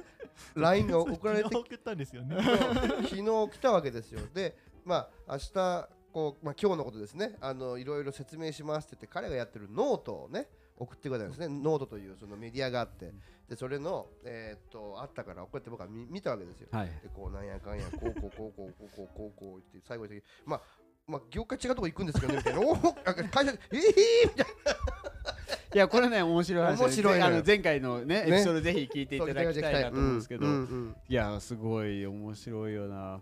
Speaker 2: LINE が送 られてきて
Speaker 3: 昨日送ったんです よね。
Speaker 2: 昨日来たわけですよ。で、まあ、明日こう、まあ、今日のことですね、あのいろいろ説明しますって言って、彼がやってるノートをね、送ってくれたんですね、ノートというそのメディアがあって、でそれの、えーっとあったから、こうやって僕は見見たわけですよ。
Speaker 1: はい
Speaker 2: で、こう、なんやかんや、こうこうこうこうこうこうこうこうって、最後に、まあ、まあ、業界違うとこ行くんですけどね、みたいな、おーなんか会社で、えー、みたい
Speaker 1: いやこれね面白い話
Speaker 2: 面白いの
Speaker 1: あ
Speaker 2: よ
Speaker 1: の前回のねエピソードぜひ聞いてい
Speaker 2: な、
Speaker 1: ただきたいなと思うんですけど、
Speaker 2: うんうん
Speaker 1: いやすごい面白いよな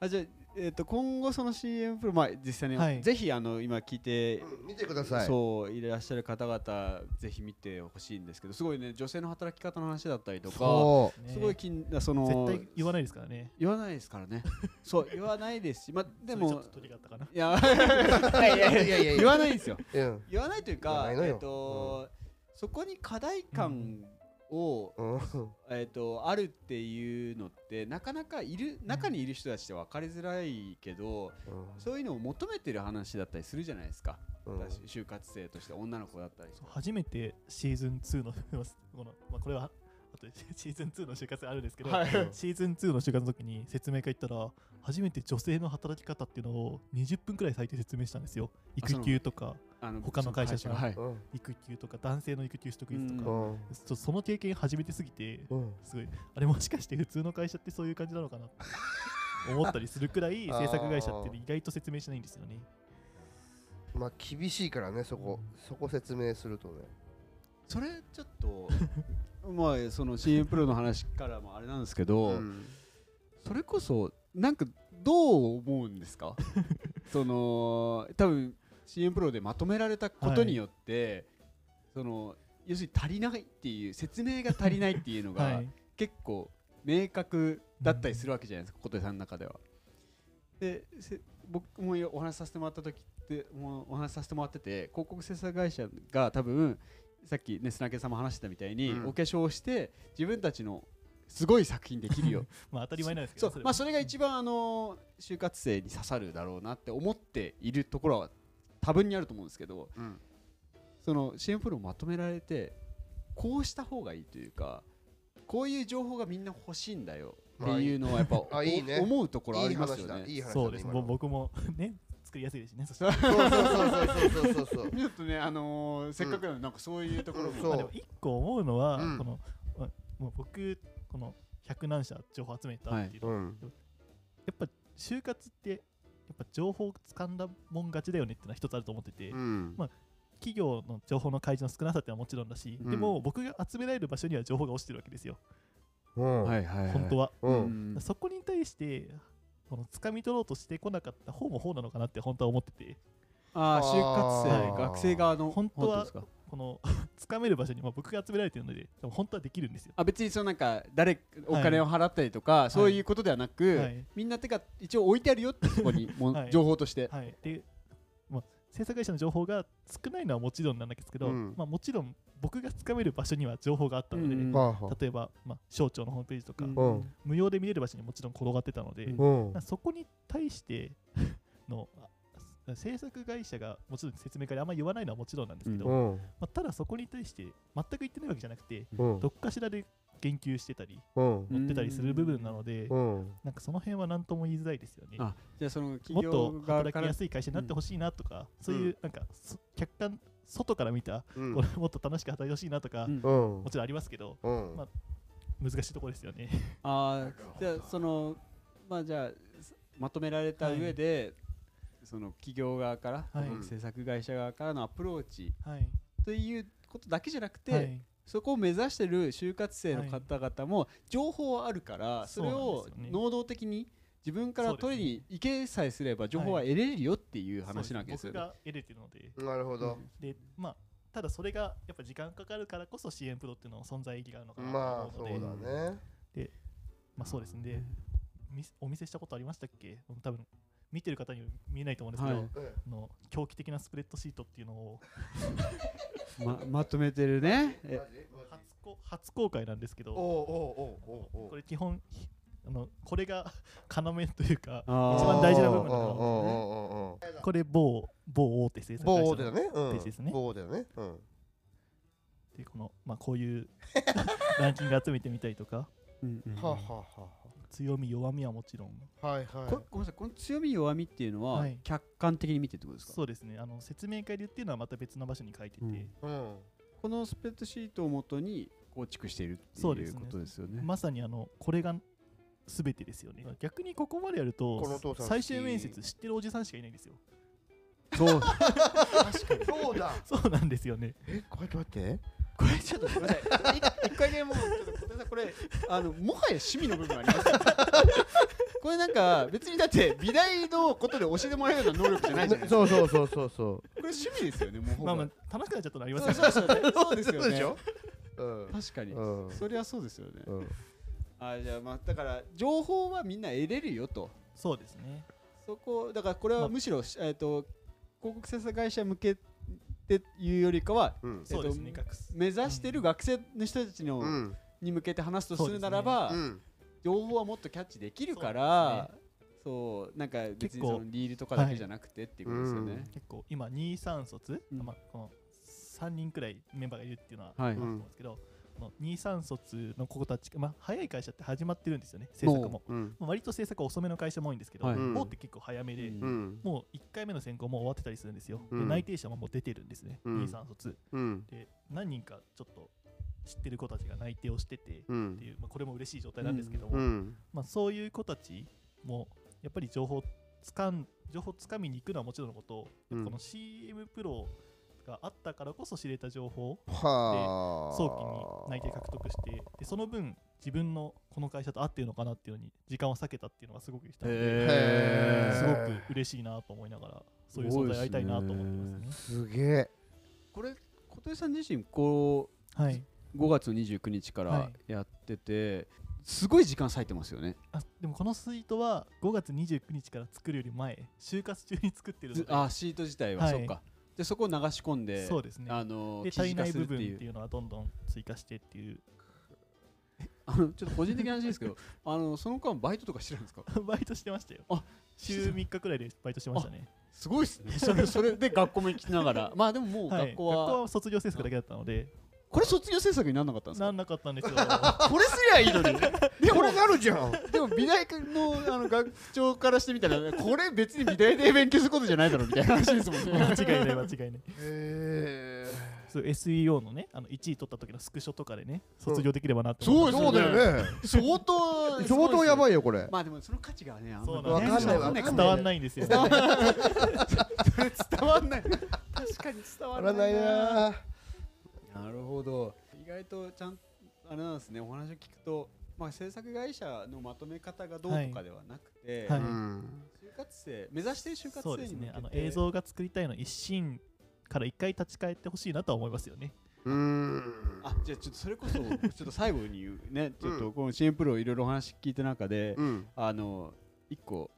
Speaker 1: あじゃあ、えー、と今後その CM プロまあ実際に、
Speaker 3: はい
Speaker 1: ぜひあの今聞いて
Speaker 2: うんうん見てください。
Speaker 1: そういらっしゃる方々ぜひ見てほしいんですけどすごいね女性の働き方の話だったりとか
Speaker 2: そ
Speaker 1: すごい気にその
Speaker 3: 絶対言わないですからね。
Speaker 1: 言わないですからねそう言わないですしまあで
Speaker 3: それ
Speaker 1: も
Speaker 3: ちょっと取り方かな。
Speaker 1: いやいやいやいやいや言わないんですよ
Speaker 2: う。うん。
Speaker 1: 言わないという
Speaker 2: 言
Speaker 1: か
Speaker 2: わな
Speaker 1: え
Speaker 2: いのよ
Speaker 1: っ、と、そこに課題感を、
Speaker 2: うん
Speaker 1: えっとあるっていうのってなかなかいる中にいる人たちって分かりづらいけど、そういうのを求めてる話だったりするじゃないですか、
Speaker 2: うん
Speaker 1: 私就活生として女の子だったり
Speaker 3: そう初めてシーズン2の この、まあ、これは後で シーズン2の就活あるんですけど、
Speaker 1: はい
Speaker 3: シーズン2の就活の時に説明会行ったら初めて女性の働き方っていうのを20分くらい最低説明したんですよ
Speaker 1: あそ
Speaker 3: 育
Speaker 1: の
Speaker 3: 休とか
Speaker 1: あの
Speaker 3: 他の会社じゃ
Speaker 1: はい
Speaker 2: うん
Speaker 3: 育休とか男性の育休取得率と
Speaker 2: う
Speaker 3: か、
Speaker 2: ん
Speaker 3: ちょっとその経験初めてすぎて
Speaker 2: うん
Speaker 3: すごいあれもしかして普通の会社ってそういう感じなのかなって思ったりするくら い
Speaker 2: あー
Speaker 3: 制作会社って意外と説明しないんですよね
Speaker 2: まあ厳しいからねそこそこ説明するとね
Speaker 1: それちょっ とまあその CM プロの話からもあれなんですけど、
Speaker 2: ん
Speaker 1: それこそなんかどう思うんです かその多分 CM プロでまとめられたことによって、その要するに足りないっていう説明が足りないっていうのが、
Speaker 3: はい
Speaker 1: 結構明確だったりするわけじゃないですか、小手さんの中では。でせ僕もお話しさせてもらった時ってもうお話しさせてもらってて広告制作会社が多分さっきね砂毛さんも話してたみたいに、
Speaker 2: うん
Speaker 1: お化粧をして自分たちのすごい作品できるよ
Speaker 3: まあ当たり前なんですけ
Speaker 1: そう
Speaker 3: どれは
Speaker 1: まあ、それが一番あの就活生に刺さるだろうなって思っているところは多分にあると思うんですけど
Speaker 2: うん
Speaker 1: その CM プロをまとめられてこうした方がいいというかこういう情報がみんな欲しいんだよっていうのはやっぱ、
Speaker 2: あいいね
Speaker 1: お思うところあ
Speaker 2: いい
Speaker 1: ります
Speaker 2: 話
Speaker 1: よ
Speaker 2: だ。い
Speaker 1: ね。
Speaker 2: い話だ。
Speaker 3: そうです
Speaker 2: 今
Speaker 3: ぼ
Speaker 2: の
Speaker 3: 僕も ね作りやすいですしねそしたら
Speaker 2: そうそうそうそう そうそうそう。
Speaker 1: ちょっとね、あのー、せっかくなのでなんかそういうところ
Speaker 2: うん
Speaker 1: も、
Speaker 2: そう
Speaker 3: まあでも一個思うのは、
Speaker 2: うん
Speaker 3: このあもう僕この百何社情報集めたっていう、
Speaker 2: うん。
Speaker 3: やっぱ就活ってやっぱ情報掴んだもん勝ちだよねってのは一つあると思ってて、
Speaker 2: うん。
Speaker 3: まあ企業の情報の開示の少なさってのはもちろんだし、
Speaker 1: うん
Speaker 3: でも僕が集められる場所には情報が落ちてるわけですよ、
Speaker 2: うん
Speaker 1: はいはいはい、
Speaker 3: 本当は、
Speaker 2: う。
Speaker 1: うんん、
Speaker 3: そこに対してこの掴み取ろうとしてこなかった方も方なのかなって本当は思ってて
Speaker 1: ああ就活生
Speaker 2: あー
Speaker 1: 学生側の
Speaker 3: 本当は
Speaker 1: ですか
Speaker 3: この 掴める場所に、まあ、僕が集められてるのででも本当はできるんですよ
Speaker 1: あ別にそのなんか誰お金を払ったりとか、そういうことではなく、
Speaker 3: はい
Speaker 1: みんなてか一応置いてあるよってそこにもう
Speaker 3: はい
Speaker 1: 情報として、
Speaker 3: はい、で、まあ、制作会社の情報が少ないのはもちろんなんですけど、
Speaker 2: うん
Speaker 3: まあ、もちろん僕がつかめる場所には情報があったので、
Speaker 1: うん
Speaker 2: はあはあ
Speaker 3: 例えば、まあ、省庁のホームページとか、
Speaker 2: ん
Speaker 3: 無料で見れる場所にもちろん転がってたので、
Speaker 1: うん
Speaker 2: うん
Speaker 3: まあ。そこに対して のあ制作会社がもちろん説明会であんまり言わないのはもちろんなんですけど、
Speaker 2: う
Speaker 3: ま
Speaker 2: ん。
Speaker 3: あ、ただそこに対して全く言ってないわけじゃなくて、
Speaker 2: うん。
Speaker 3: どっかしらで言及してたり
Speaker 2: うん。
Speaker 1: うん
Speaker 3: 載ってたりする部分なので、
Speaker 2: うん。
Speaker 3: なんかその辺は何とも言いづらいですよね。
Speaker 1: あじゃあその
Speaker 3: もっ
Speaker 1: 企業
Speaker 3: と
Speaker 1: 側
Speaker 3: 働
Speaker 1: か
Speaker 3: き
Speaker 1: ら
Speaker 3: やすい会社になってほしいなとか、そういうなんかそ客観外から見た、
Speaker 2: うん
Speaker 3: これもっと楽しく働いてほしいなとか、
Speaker 1: うん
Speaker 2: うん
Speaker 3: も。ちろんありますけど
Speaker 2: うん
Speaker 3: まあ難しいところですよね。
Speaker 1: あーじゃあそのまあじゃあまとめられた上で、その企業側から、
Speaker 3: はい
Speaker 1: うん制作会社側からのアプローチ
Speaker 3: はい。
Speaker 1: ということだけじゃなくて、
Speaker 3: はい、
Speaker 1: そこを目指してる就活生の方々も情報あるから、それを
Speaker 3: そうなんですよね
Speaker 1: 能動的に自分から取りに行けさえすれば情報は
Speaker 3: はい
Speaker 1: 得れるよっていう話なわけです
Speaker 3: そう
Speaker 1: よ
Speaker 3: 僕
Speaker 1: ね。
Speaker 3: が得れてるので、
Speaker 2: なるほど。
Speaker 3: でまあただそれがやっぱ時間かかるからこそ支援プロっていうのの存在意義があるのかな
Speaker 2: まあ
Speaker 3: と
Speaker 2: そう
Speaker 3: 思うので、まあ、
Speaker 2: だね。
Speaker 3: そうですね。でみお見せしたことありましたっけ？多分見てる方には見えないと思うんですけど、
Speaker 1: はい
Speaker 2: うん
Speaker 3: あの狂気的なスプレッドシートっていうのを
Speaker 1: ままとめてるね。え
Speaker 3: 初公初公開なんですけど、
Speaker 2: おうおうおうおうおう
Speaker 3: これ基本ひあのこれが要というか
Speaker 1: あー
Speaker 3: 一番大事な部分だ
Speaker 2: おう
Speaker 3: か
Speaker 2: おうおうおう
Speaker 3: らこれ某某大手制作会社の
Speaker 2: 某大手だね。うん
Speaker 3: ページですね
Speaker 2: 某大手だね。うん
Speaker 3: でこの、まあ、こういう ランキング集めてみたりとか
Speaker 1: うんうん
Speaker 2: はあはあは
Speaker 3: 強み弱みはもちろん
Speaker 2: あはいはい。
Speaker 1: こごめんなさいこの強み弱みっていうのは
Speaker 3: はい
Speaker 1: 客観的に見てってことですか、
Speaker 3: そうですねあの説明会で言ってるのはまた別の場所に書いてて、
Speaker 1: うん
Speaker 2: うん。
Speaker 1: このスプレッドシートをもとに構築しているって
Speaker 3: そうで
Speaker 1: い
Speaker 3: す
Speaker 1: う
Speaker 3: ね
Speaker 1: ことですよね。
Speaker 3: まさにあのこれが全てですよね逆にここまでやると
Speaker 2: このお父さん好き
Speaker 3: 最終面接知ってるおじさんしかいないんですよ
Speaker 1: そう
Speaker 2: そうだ。
Speaker 3: そうなんですよね
Speaker 2: え、これどうやって？
Speaker 1: これちょっとごめんなさいい一回ねもうちょっと小手さんこれあのもはや趣味の部分ありますよこれなんか別にだって美大のことで教えてもらえるような能力じゃないじゃないですか
Speaker 2: そうそうそうそうそ
Speaker 1: これ趣味ですよねもうほぼ
Speaker 3: まあまあ楽しくなっちゃったのあります
Speaker 1: そう
Speaker 3: よ
Speaker 1: そうそうそうです
Speaker 2: う。
Speaker 1: よね
Speaker 2: う。うん。
Speaker 1: 確かに、
Speaker 2: うん
Speaker 1: それはそうですよね、
Speaker 2: うん。
Speaker 1: あじゃあまあだから情報はみんな得れるよと
Speaker 3: そうですね
Speaker 1: そこだからこれはむしろ、えっ、と広告制作会社向けっていうよりかは
Speaker 2: うん。
Speaker 3: そうですね、
Speaker 1: えっと
Speaker 3: 学生
Speaker 1: 目指してる学生の人たちの、
Speaker 2: うん。
Speaker 1: に向けて話すと
Speaker 3: そう
Speaker 1: す
Speaker 3: で
Speaker 1: る
Speaker 3: すね
Speaker 1: ならば、
Speaker 2: うん。
Speaker 1: 情報はもっとキャッチできるからそう,、なんか別
Speaker 3: 結
Speaker 1: に
Speaker 3: 構
Speaker 1: そのリールとかだけじゃなくてっていうことですよね。
Speaker 3: 結構今23卒、
Speaker 1: うん
Speaker 3: まあ、この3人くらいメンバーがいるっていうのはあ
Speaker 1: はい
Speaker 3: ると思うんですけど、この23卒の子たち、まあ、早い会社って始まってるんですよね制作も。
Speaker 2: うん。
Speaker 3: まあ割と制作は遅めの会社も多いんですけど、
Speaker 1: はい
Speaker 3: もうって結構早めで、
Speaker 1: うん
Speaker 2: うん。
Speaker 3: もう1回目の選考もう終わってたりするんですよ、で
Speaker 2: うん
Speaker 3: 内定者ももう出てるんですね、
Speaker 2: うん
Speaker 3: 23卒
Speaker 2: うん。
Speaker 3: で何人かちょっと知ってる子たちが内定をしてて
Speaker 2: う
Speaker 3: って
Speaker 2: ん。
Speaker 3: いう、まあ、これも嬉しい状態なんですけども、
Speaker 2: うん。
Speaker 3: まあ、そういう子たちもやっぱり情報つかん情報つかみに行くのはもちろんのこと、
Speaker 2: うん
Speaker 3: この CM プロがあったからこそ知れた情報を
Speaker 2: はあ。
Speaker 3: 早期に内定獲得してでその分自分のこの会社と合ってるのかなっていうのに時間を避けたっていうのがすごく来たので、
Speaker 2: へー
Speaker 3: すごく嬉しいなと思いながらそういう存在会いたいなと思ってます
Speaker 2: す
Speaker 3: ね。
Speaker 2: げえ。
Speaker 1: これ琴江さん自身こ
Speaker 3: はい、
Speaker 1: う5月の29日か
Speaker 3: は
Speaker 1: ら
Speaker 3: い
Speaker 1: やってて、すごい時間割いてますよね。
Speaker 3: あでもこのスイートは5月29日から作るより前就活中に作ってるの
Speaker 1: ず
Speaker 3: で
Speaker 1: あシート自体は、
Speaker 3: はい
Speaker 1: そうかでそこを流し込んで
Speaker 3: そうですね
Speaker 1: あの
Speaker 3: で
Speaker 1: 記
Speaker 3: 体
Speaker 1: 事化
Speaker 3: 内
Speaker 1: する
Speaker 3: 部
Speaker 1: って
Speaker 3: 分って
Speaker 1: いう
Speaker 3: いうのはどんどん追加してっていう
Speaker 1: あのちょっと個人的な話ですけど あのその間バイトとかしてるんですか
Speaker 3: バイトしてましたよ。
Speaker 1: あ
Speaker 3: 週3日くらいでバイトしてましたね。
Speaker 1: す ごいっすねそれそれで学校も行きながらまあでももう
Speaker 3: はい
Speaker 1: 学校は、
Speaker 3: 卒業制作だけだったので、
Speaker 1: これ卒業制作になんなかったんです
Speaker 3: な
Speaker 1: か
Speaker 3: んなかったん ですよ
Speaker 1: これすりゃいいのに で
Speaker 2: こ
Speaker 1: も
Speaker 2: れがあるじゃん
Speaker 1: でも美大のあの学長からしてみたらこれ別に美大で勉強することじゃないだろうみたいな話です もんね
Speaker 3: 間違いない間違いない
Speaker 2: へ
Speaker 3: そう SEO のねあの1位取った時のスクショとかでね卒業できればなって
Speaker 2: え
Speaker 3: 思
Speaker 1: う
Speaker 3: っ
Speaker 1: ん
Speaker 3: て
Speaker 1: そ
Speaker 2: そうだよね
Speaker 1: 相当
Speaker 2: 相当やば
Speaker 1: い
Speaker 2: いよこれ
Speaker 1: まあでもその価値がねあん
Speaker 3: そう
Speaker 1: ま
Speaker 3: なんですよ
Speaker 2: わかんないわかんない
Speaker 3: 伝わんないんですよ
Speaker 1: 伝わんないそれ伝わんない確かに伝わ
Speaker 2: あ
Speaker 1: ら
Speaker 2: ら
Speaker 1: な
Speaker 2: ない い
Speaker 1: な
Speaker 2: な
Speaker 1: なるほど意外とちゃんあれなんですねお話を聞くとまあ制作会社のまとめ方がどうとかではなくて、
Speaker 3: はい
Speaker 2: うん
Speaker 1: 就活生目指している就活
Speaker 3: そう
Speaker 1: 生
Speaker 3: です
Speaker 1: に向け
Speaker 3: ね
Speaker 1: て
Speaker 3: あの映像が作りたいの一心から一回立ち返ってほしいなとは思いますよね
Speaker 2: うん
Speaker 1: あじゃあちょっとそれこそちょっと最後に言うねちょっとこの CM プロいろいろお話聞いた中で、
Speaker 2: うん
Speaker 1: あの一個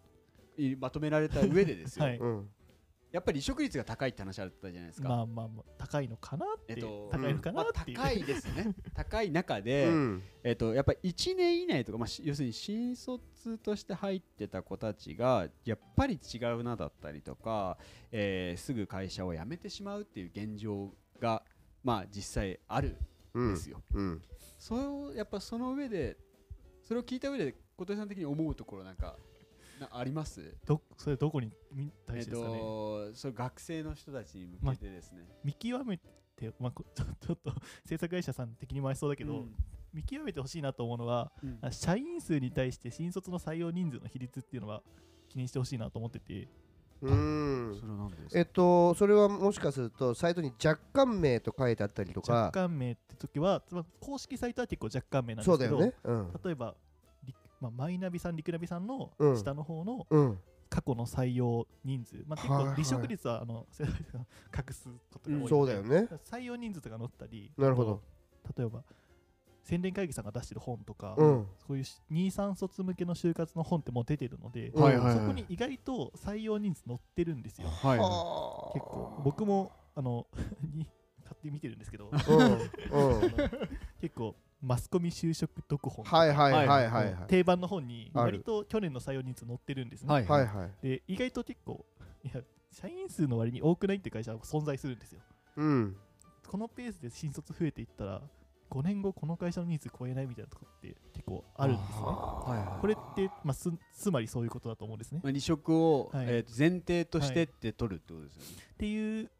Speaker 1: いまとめられた上でですよ、
Speaker 3: はい
Speaker 2: うん
Speaker 1: やっぱり離職率が高いって話あったじゃないですか、
Speaker 3: まあまあまあ高いのかなっ
Speaker 1: え
Speaker 3: て、
Speaker 1: っと
Speaker 3: 高いのかな
Speaker 1: まあ
Speaker 3: っていう、
Speaker 1: 高いです ね高い中
Speaker 2: う
Speaker 1: で、
Speaker 2: ん
Speaker 1: えっとやっぱり1年以内とか、まあ、し要するに新卒として入ってた子たちがやっぱり違うなだったりとか、えーすぐ会社を辞めてしまうっていう現状がまあ実際ある
Speaker 2: うんん
Speaker 1: ですよ、
Speaker 2: うん
Speaker 1: それをやっぱその上でそれを聞いた上で小手さん的に思うところなんかなあります
Speaker 3: どそれどこにみ対してですかね、
Speaker 1: えっとそれ学生の人たちに向けてですね、
Speaker 3: 見極めて、まあ、こちょちょっと制作会社さん的に回しそうだけど、
Speaker 1: うん
Speaker 3: 見極めてほしいなと思うのは
Speaker 1: うん
Speaker 3: あ社員数に対して新卒の採用人数の比率っていうのは気にしてほしいなと思ってて
Speaker 2: うん
Speaker 1: それは何でです
Speaker 2: えっと、それはもしかするとサイトに若干名と書いてあったりと
Speaker 3: 若
Speaker 2: か
Speaker 3: 干名って時はつまり公式サイトは結構若干名なんで
Speaker 2: そう
Speaker 3: す
Speaker 2: だ
Speaker 3: けど、
Speaker 2: よねうん、
Speaker 3: 例えば、リまあ、マイナビさんリクナビさんの
Speaker 2: うん
Speaker 3: 下の方の
Speaker 2: うん、
Speaker 3: 過去の採用人数、まあ、結
Speaker 2: はい
Speaker 3: 構
Speaker 2: はい
Speaker 3: 離職率はあの 世代が隠すことが多いので、
Speaker 2: そうだよね
Speaker 3: 採用人数とか載ったり
Speaker 2: なるほど
Speaker 3: あと例えば宣伝会議さんが出してる本とか、
Speaker 2: うん
Speaker 3: そういう23卒向けの就活の本ってもう出てるので、
Speaker 2: うんはいはいはい
Speaker 3: そこに意外と採用人数載ってるんですよ
Speaker 1: はいは
Speaker 2: はあ
Speaker 3: 結構僕もあの に買って見てるんです け
Speaker 2: う
Speaker 3: ど
Speaker 2: んうん
Speaker 3: あの結構マスコミ就職読本とか
Speaker 2: はいはいはいはいは
Speaker 3: あの
Speaker 2: い
Speaker 3: 定番の本に
Speaker 2: ある
Speaker 3: 割と去年の採用人数載ってるんですね、
Speaker 1: い
Speaker 2: はいはい
Speaker 3: で意外と結構いや社員数の割に多くないって会社は存在するんですよ
Speaker 2: うん
Speaker 3: このペースで新卒増えていったら5年後この会社の人数超えないみたいなとこって結構あるんですね
Speaker 1: はい
Speaker 3: これって、まあ、すつまりそういうことだと思うんですね
Speaker 1: まあ、離職を、
Speaker 3: はい
Speaker 1: えーと前提としてって取るってことですよね、
Speaker 3: っていう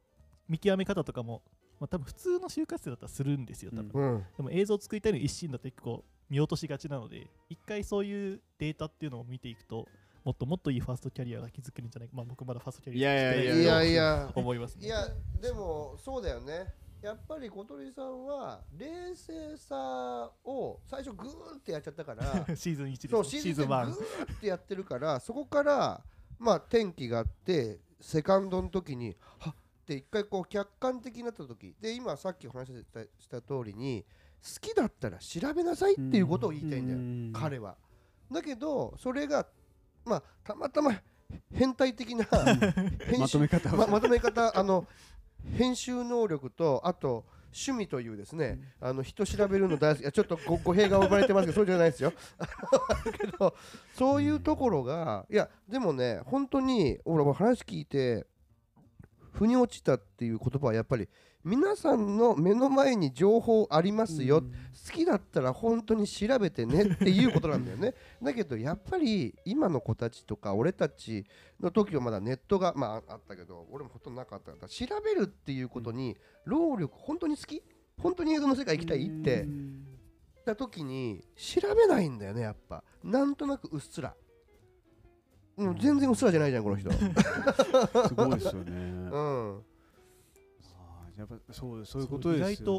Speaker 3: 見極め方とかも、まあ、多分普通の就活生だったらするんですよ多分、
Speaker 1: うん
Speaker 2: うん
Speaker 3: でも映像を作りたいの一心だと結構見落としがちなので一回そういうデータっていうのを見ていくともっともっといいファーストキャリアが築けるんじゃないかまあ僕まだファーストキャリア築け
Speaker 2: い
Speaker 3: て
Speaker 1: い
Speaker 3: な
Speaker 1: や
Speaker 2: や
Speaker 3: けど
Speaker 2: いや
Speaker 3: 思いますね
Speaker 2: いやでもそうだよねやっぱり小鳥さんは冷静さを最初グーンってやっちゃったから
Speaker 3: シーズン1です
Speaker 2: そうシ
Speaker 3: シー
Speaker 2: ーズ
Speaker 3: ズン
Speaker 2: ンでグ
Speaker 3: 1
Speaker 2: ーンってやってるからそこからまあ転機があってセカンドの時にはっって一回こう客観的になった時で今さっきお話ししたした通りに好きだったら調べなさいっていうことを言いたいんだよ、
Speaker 1: うん
Speaker 2: 彼は。だけどそれがまあたまたま変態的な編
Speaker 1: まと
Speaker 2: 集
Speaker 1: め方を、
Speaker 2: ままとめ 方あの編集能力とあと趣味というですね、あの人調べるの大好きいやちょっとご語弊が生まれてますけどそうじゃないですよけどそういうところがいやでもね本当に俺も話聞いて腑に落ちたっていう言葉はやっぱり皆さんの目の前に情報ありますよ、好きだったら本当に調べてねっていうことなんだよ ねだけどやっぱり今の子たちとか俺たちの時はまだネットが、まあ、あったけど俺もほとんどなかったから調べるっていうことに労力本当に好き本当に映像の世界行きたいって言った時に調べないんだよねやっぱなんとなくうっすらもう全然うっすらじゃないじゃんこの 人
Speaker 1: すごいですよね
Speaker 2: う
Speaker 1: あ
Speaker 2: ん
Speaker 1: ーやっぱそうそういうことですよね
Speaker 3: そ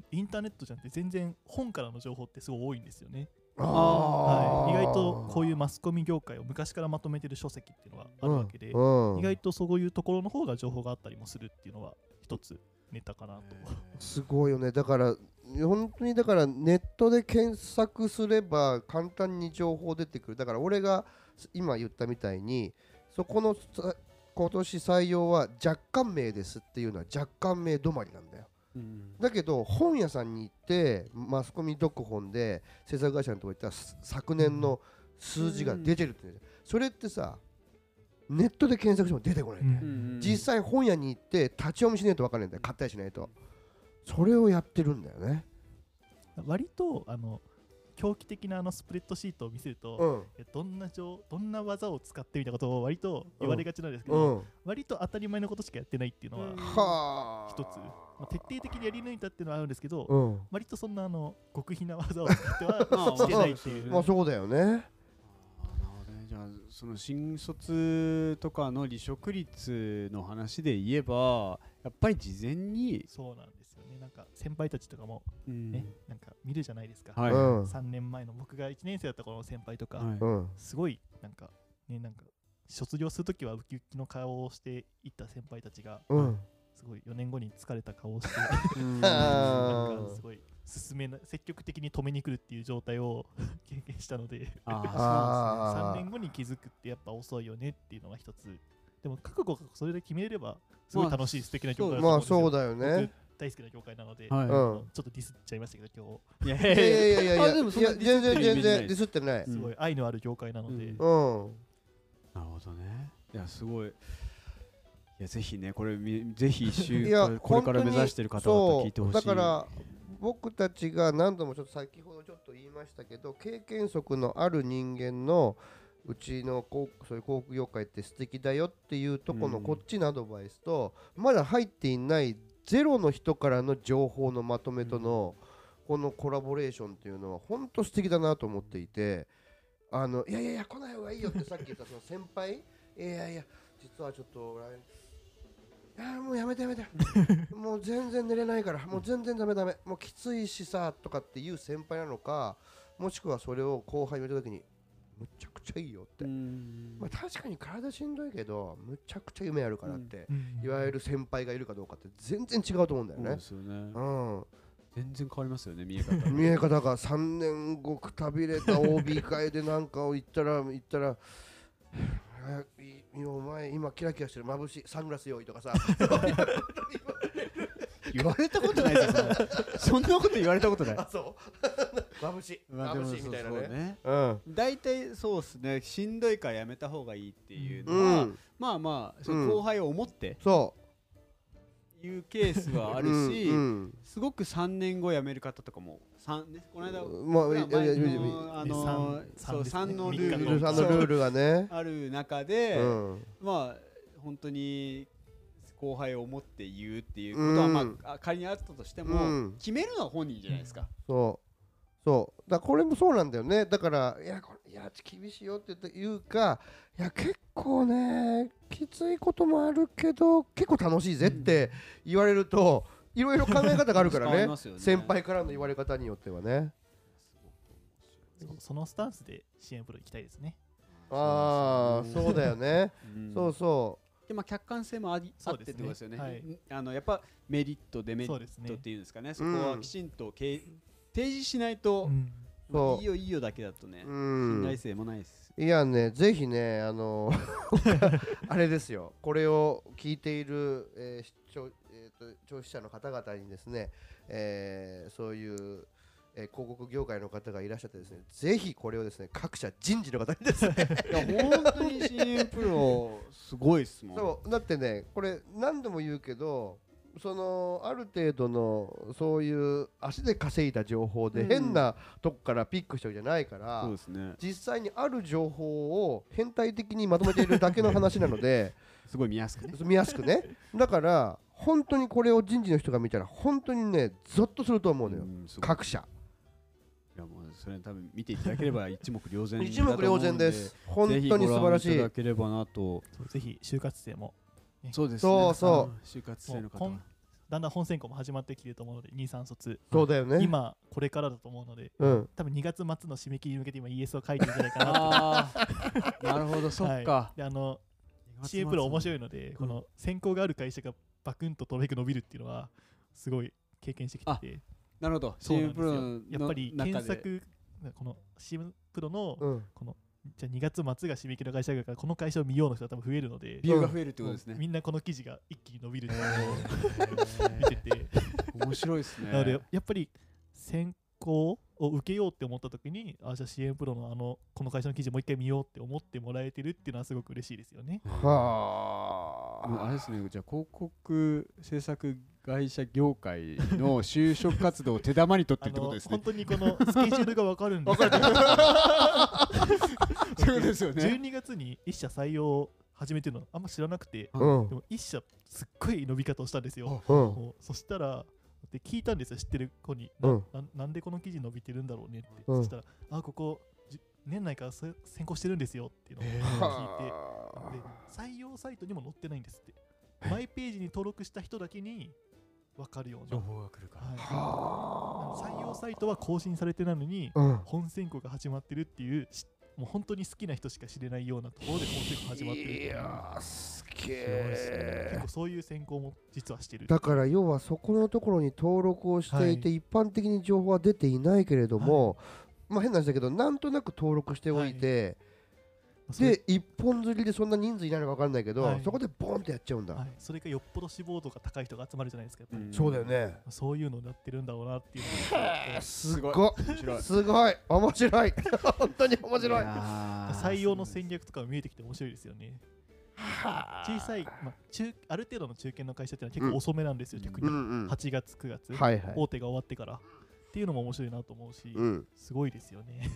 Speaker 3: う意インターネットじゃなくて全然本からの情報ってすごい多いんですよね、はい、意外とこういうマスコミ業界を昔からまとめてる書籍っていうのがあるわけで、
Speaker 2: うん
Speaker 3: 意外とそういうところの方が情報があったりもするっていうのは一つネタかなと、
Speaker 2: すごいよねだから本当にだからネットで検索すれば簡単に情報出てくるだから俺が今言ったみたいにそこのさ今年採用は若干名ですっていうのは若干名止まりなんだよ
Speaker 1: うん
Speaker 2: だけど本屋さんに行ってマスコミ読本で制作会社のとこ行ったらす昨年の数字が出てるって、それってさネットで検索しても出てこないんだ
Speaker 1: う
Speaker 2: よ
Speaker 1: ん
Speaker 2: 実際本屋に行って立ち読みしないと分かんないんだよ買ったりしないとそれをやってるんだよね。
Speaker 3: 割とあの狂気的なあのスプレッドシートを見せると、
Speaker 2: うん。
Speaker 3: えどんな情どんな技を使ってみたいなことを割と言われがちなんですけ
Speaker 2: う
Speaker 3: ど、
Speaker 2: ん。
Speaker 3: 割と当たり前のことしかやってないっていうのは、
Speaker 1: うん
Speaker 3: ま
Speaker 2: はあ。
Speaker 3: 一つあ徹底的にやり抜いたっていうのはあるんですけど、
Speaker 2: うん。
Speaker 3: 割とそんなあの極秘な技を使っては
Speaker 1: ま
Speaker 3: し
Speaker 1: あ
Speaker 3: てないってい
Speaker 1: そう
Speaker 3: う。
Speaker 2: まあそうだよね。
Speaker 1: なるほどねじゃあその新卒とかの離職率の話で言えばやっぱり事前に、
Speaker 3: そうなんですよね。なんか先輩たちとかも
Speaker 1: うん
Speaker 3: ね、なんか見るじゃないですか。
Speaker 1: はい、
Speaker 2: うん。
Speaker 3: 3年前の僕が1年生だった頃の先輩とか、
Speaker 1: はい
Speaker 2: うん。
Speaker 3: すごいなんかねなんか卒業するときはウキウキの顔をしていった先輩たちが、
Speaker 2: うん。
Speaker 3: すごい4年後に疲れた顔 をして
Speaker 1: うん
Speaker 2: あ
Speaker 3: なんかすごい進めな積極的に止めに来るっていう状態を 経験したので
Speaker 1: あ
Speaker 2: あー
Speaker 3: 3年後に気づくってやっぱ遅いよねっていうのが一つでも覚悟がそれで決めれればすごい楽しい、素敵な業界だと
Speaker 2: ま
Speaker 3: 思うん
Speaker 2: あ
Speaker 3: ですよ
Speaker 2: そうだよね。
Speaker 3: 僕大好きな業界なの
Speaker 1: ー
Speaker 3: で、
Speaker 1: そうなんですね
Speaker 2: う
Speaker 1: は
Speaker 3: あの
Speaker 2: ん。
Speaker 3: ちょっとディスっちゃいましたけど今
Speaker 1: い、いやい
Speaker 2: いやい
Speaker 1: やいや
Speaker 2: やいやいや
Speaker 1: あでもそん
Speaker 2: い
Speaker 1: な
Speaker 2: や
Speaker 1: ディス
Speaker 2: 全
Speaker 1: ってる
Speaker 2: 然
Speaker 1: イメー
Speaker 2: 全
Speaker 1: ジない
Speaker 2: 然ディスってない。
Speaker 1: う
Speaker 3: 日
Speaker 1: ん
Speaker 3: すごい愛のある業界なので、
Speaker 1: うん
Speaker 2: うん。
Speaker 1: なるほどねいやすごいいやぜひねこれみぜひ一
Speaker 2: い
Speaker 1: 周
Speaker 2: や
Speaker 1: これから目指してる方々聞いてほしい
Speaker 2: そうだから僕たちが何度もちょっと先ほどちょっと言いましたけど経験則のある人間のうちのこうそういう航空業界って素敵だよっていうとこの
Speaker 1: うん
Speaker 2: こっちのアドバイスと、まだ入っていないゼロの人からの情報のまとめとのこのコラボレーションっていうのは本当素敵だなと思っていてあのいやいやいや来ない方がいいよってさっき言ったその先輩いやいやいや実はちょっと来いやもうやめ てやめてもう全然寝れないからもう全然ダメダメもうきついしさとかっていう先輩なのかもしくはそれを後輩に言った時にむちゃくちゃいいよって、
Speaker 1: うん
Speaker 2: まあ、確かに体しんどいけどむちゃくちゃ夢あるからって、
Speaker 3: うん
Speaker 2: いわゆる先輩がいるかどうかって全然違うと思うんだよ
Speaker 1: そうで
Speaker 2: ね、
Speaker 1: すよね
Speaker 2: うん、
Speaker 1: 全然変わりますよね見 え方が
Speaker 2: 見え方が3年後くたびれた OB 会でなんかを言ったら言ったらはぁいいやお前今キラキラしてる眩しいサングラス用意とかさ
Speaker 1: 言われたことないですよそんなこと言われたこと ない
Speaker 2: あそう眩しい
Speaker 1: まあでも
Speaker 2: 眩しいみたいな
Speaker 1: そうそう
Speaker 2: ね
Speaker 1: ね
Speaker 2: うん
Speaker 1: 大体そうですねしんどいからやめた方がいいっていう
Speaker 2: う
Speaker 1: のは、
Speaker 2: ん
Speaker 1: まあまあそ
Speaker 2: うん
Speaker 1: の後輩を思って
Speaker 2: そ
Speaker 1: いうケースは
Speaker 2: う
Speaker 1: あるし、
Speaker 2: うん
Speaker 1: すごく3年後辞める方とかも3、ね、この間
Speaker 2: うんまあいやいやいやいやいや
Speaker 1: あの
Speaker 3: 三
Speaker 1: そう
Speaker 3: 三ですね
Speaker 1: 三のル
Speaker 2: ル
Speaker 1: ー
Speaker 2: ー
Speaker 1: ル
Speaker 2: ルさんのルールがね
Speaker 1: そうある中
Speaker 2: う
Speaker 1: で、
Speaker 2: ん
Speaker 1: まあ本当に後輩を思って言うっていうことは、
Speaker 2: うん
Speaker 1: まああ仮にあったとしても、
Speaker 2: うん
Speaker 1: 決めるのは本人じゃないですか。
Speaker 2: そうそうだからこれもそうなんだよねだからいやこれいや厳しいよって言って言うかいや結構ねきついこともあるけど結構楽しいぜって言われるといろいろ考え方があるか
Speaker 1: 伝
Speaker 2: ら
Speaker 1: わり
Speaker 2: ね
Speaker 1: ますよね
Speaker 2: 先輩からの言われ方によってはね
Speaker 3: そうそのスタンスで支援プロ行きたいですね。
Speaker 2: ああーそうだよね、
Speaker 1: うん
Speaker 2: そうそ
Speaker 1: でまあ客観性もありあ
Speaker 3: そ
Speaker 1: っ
Speaker 3: う
Speaker 1: て
Speaker 3: で
Speaker 1: っ
Speaker 3: す
Speaker 1: てこと
Speaker 3: ね
Speaker 1: ですよね。
Speaker 3: はい
Speaker 1: んあのやっぱメリットデメリ
Speaker 3: そう
Speaker 1: ッ
Speaker 3: です
Speaker 1: トっ
Speaker 3: ね。
Speaker 1: ていうんですかね。そ
Speaker 2: うん
Speaker 1: こはきちんとけい提示しないと、
Speaker 3: うん
Speaker 1: まあ
Speaker 2: そう
Speaker 1: いいよいいよだけだとね
Speaker 2: う、う
Speaker 1: 信
Speaker 2: ん
Speaker 1: 頼性もないです。
Speaker 2: いやね、ぜひね、あの あれですよ、これを聞いている、えー視聴えーと聴取者の方々にですね、えーそういう、えー広告業界の方がいらっしゃってですね、ぜひこれをですね、各社人事の方にですね、
Speaker 1: いや本当に CM プロすごいっすもん。
Speaker 2: そうだってね、これ何度も言うけど、そのある程度のそういう足で稼いだ情報で
Speaker 1: うん
Speaker 2: 変なとこからピックしてるじゃないから、
Speaker 1: そうですね。
Speaker 2: 実際にある情報を変態的にまとめているだけの話なので。
Speaker 1: すごい見やすくね。
Speaker 2: 見やすくねだから本当にこれを人事の人が見たら本当にねゾッとすると思うのよ、
Speaker 1: んすごい
Speaker 2: 各社
Speaker 1: いやもうそれ多分見ていただければ一目瞭然だ
Speaker 2: 一
Speaker 1: と思
Speaker 2: 目
Speaker 1: うんで。
Speaker 2: 瞭然です本
Speaker 1: ぜひ
Speaker 2: 当に素晴らし
Speaker 1: ご覧いた
Speaker 2: い
Speaker 1: だければなと。
Speaker 3: そうぜひ就活生も
Speaker 1: そうです、ね。。
Speaker 2: そうそう
Speaker 1: 就活生の方
Speaker 3: も
Speaker 1: は
Speaker 3: うこんだんだん本選考も始まってきてると思うので23卒、
Speaker 2: そうだよね
Speaker 3: 今これからだと思うので
Speaker 2: うん
Speaker 3: 多分2月末の締め切りに向けて今 ES を書いてるんじゃないかなと
Speaker 1: ああ、なるほど、そっか。
Speaker 3: であの
Speaker 1: 二月末
Speaker 3: CA プロ面白いので、
Speaker 1: ん
Speaker 3: この選考がある会社がバクンとトレイク伸びるっていうのはすごい経験してきてて
Speaker 1: なるほど、
Speaker 3: そうな
Speaker 1: CM
Speaker 3: ん
Speaker 1: プロ
Speaker 3: ですよやっぱり
Speaker 1: の中
Speaker 3: 検
Speaker 1: で
Speaker 3: 索この CM プロの
Speaker 2: うん
Speaker 3: このじゃあ2月末が締め切りの会社があるからこの会社を見ようの人は多分増えるので
Speaker 1: ビューが増えるってことですね。
Speaker 3: みんなこの記事が一気に伸びるっていうのを見て
Speaker 1: え
Speaker 3: て
Speaker 1: ー面白いですね。
Speaker 3: なので、やっぱり選考を受けようって思った時に、あ、じゃあ CM プロのあの、この会社の記事もう一回見ようって思ってもらえてるっていうのはすごく嬉しいですよね。
Speaker 2: は
Speaker 1: もうあれですね、じゃあ広告制作会社業界の就職活動を手玉に取 って
Speaker 3: あ
Speaker 1: ってこと
Speaker 3: の
Speaker 1: です
Speaker 3: 本
Speaker 1: ね。
Speaker 3: 当にこ のスケジュールが分かるんですよ
Speaker 1: そういうことですよね。
Speaker 3: 12月に一社採用を始めてるのあんま知らなくて
Speaker 2: うん
Speaker 3: でも一社すっごい伸び方をしたんですよ
Speaker 2: うん
Speaker 3: もうそしたらで聞いたんですよ知ってる子に、
Speaker 2: うん
Speaker 3: なななんでこの記事伸びてるんだろうねって、
Speaker 2: うん
Speaker 3: そしたらあここじ年内からせ先行してるんですよっていうのを
Speaker 1: え
Speaker 3: 聞いて、
Speaker 2: は
Speaker 3: で採用サイトにも載ってないんですってマイページに登録した人だけに分かるような、
Speaker 1: 報が来るか
Speaker 3: はい
Speaker 2: あ
Speaker 3: 採用サイトは更新されてないのに
Speaker 2: うん
Speaker 3: 本選考が始まってるっていうしもう本当に好きな人しか知れないようなところで本選考始まってるって
Speaker 2: い
Speaker 3: いう
Speaker 2: やーすげ
Speaker 1: ごいっす
Speaker 2: え
Speaker 3: 結構そういう選考も実はしてる
Speaker 2: だから要はそこのところに登録をしていて、一般的に情報は出ていないけれども、まあ変な話だけどなんとなく登録しておいて、
Speaker 3: それ
Speaker 2: で一本釣りでそんな人数いないのか分かんないけど、
Speaker 3: はい
Speaker 2: そこでボンってやっちゃうんだ、
Speaker 3: はい、それがよっぽど志望度が高い人が集まるじゃないですか、やっぱり
Speaker 2: そうだよ。ね
Speaker 3: そういうのになってるんだろうなってい う
Speaker 1: す
Speaker 2: す
Speaker 1: ごい。
Speaker 2: ご
Speaker 1: 面白い
Speaker 2: い。すごい面白い 本当に面白い
Speaker 4: やー
Speaker 3: 採用の戦略とかも見えてきて面白いですよね。小さい、まあ、中ある程度の中堅の会社っていうのは結構遅めなんですよ、
Speaker 1: うん
Speaker 3: 逆
Speaker 2: うん
Speaker 3: に
Speaker 2: うんは
Speaker 3: 8月、9月、
Speaker 2: いはい
Speaker 3: 大手が終わってからっていうのも面白いなと思うし、
Speaker 2: うん
Speaker 3: すごいですよ ね。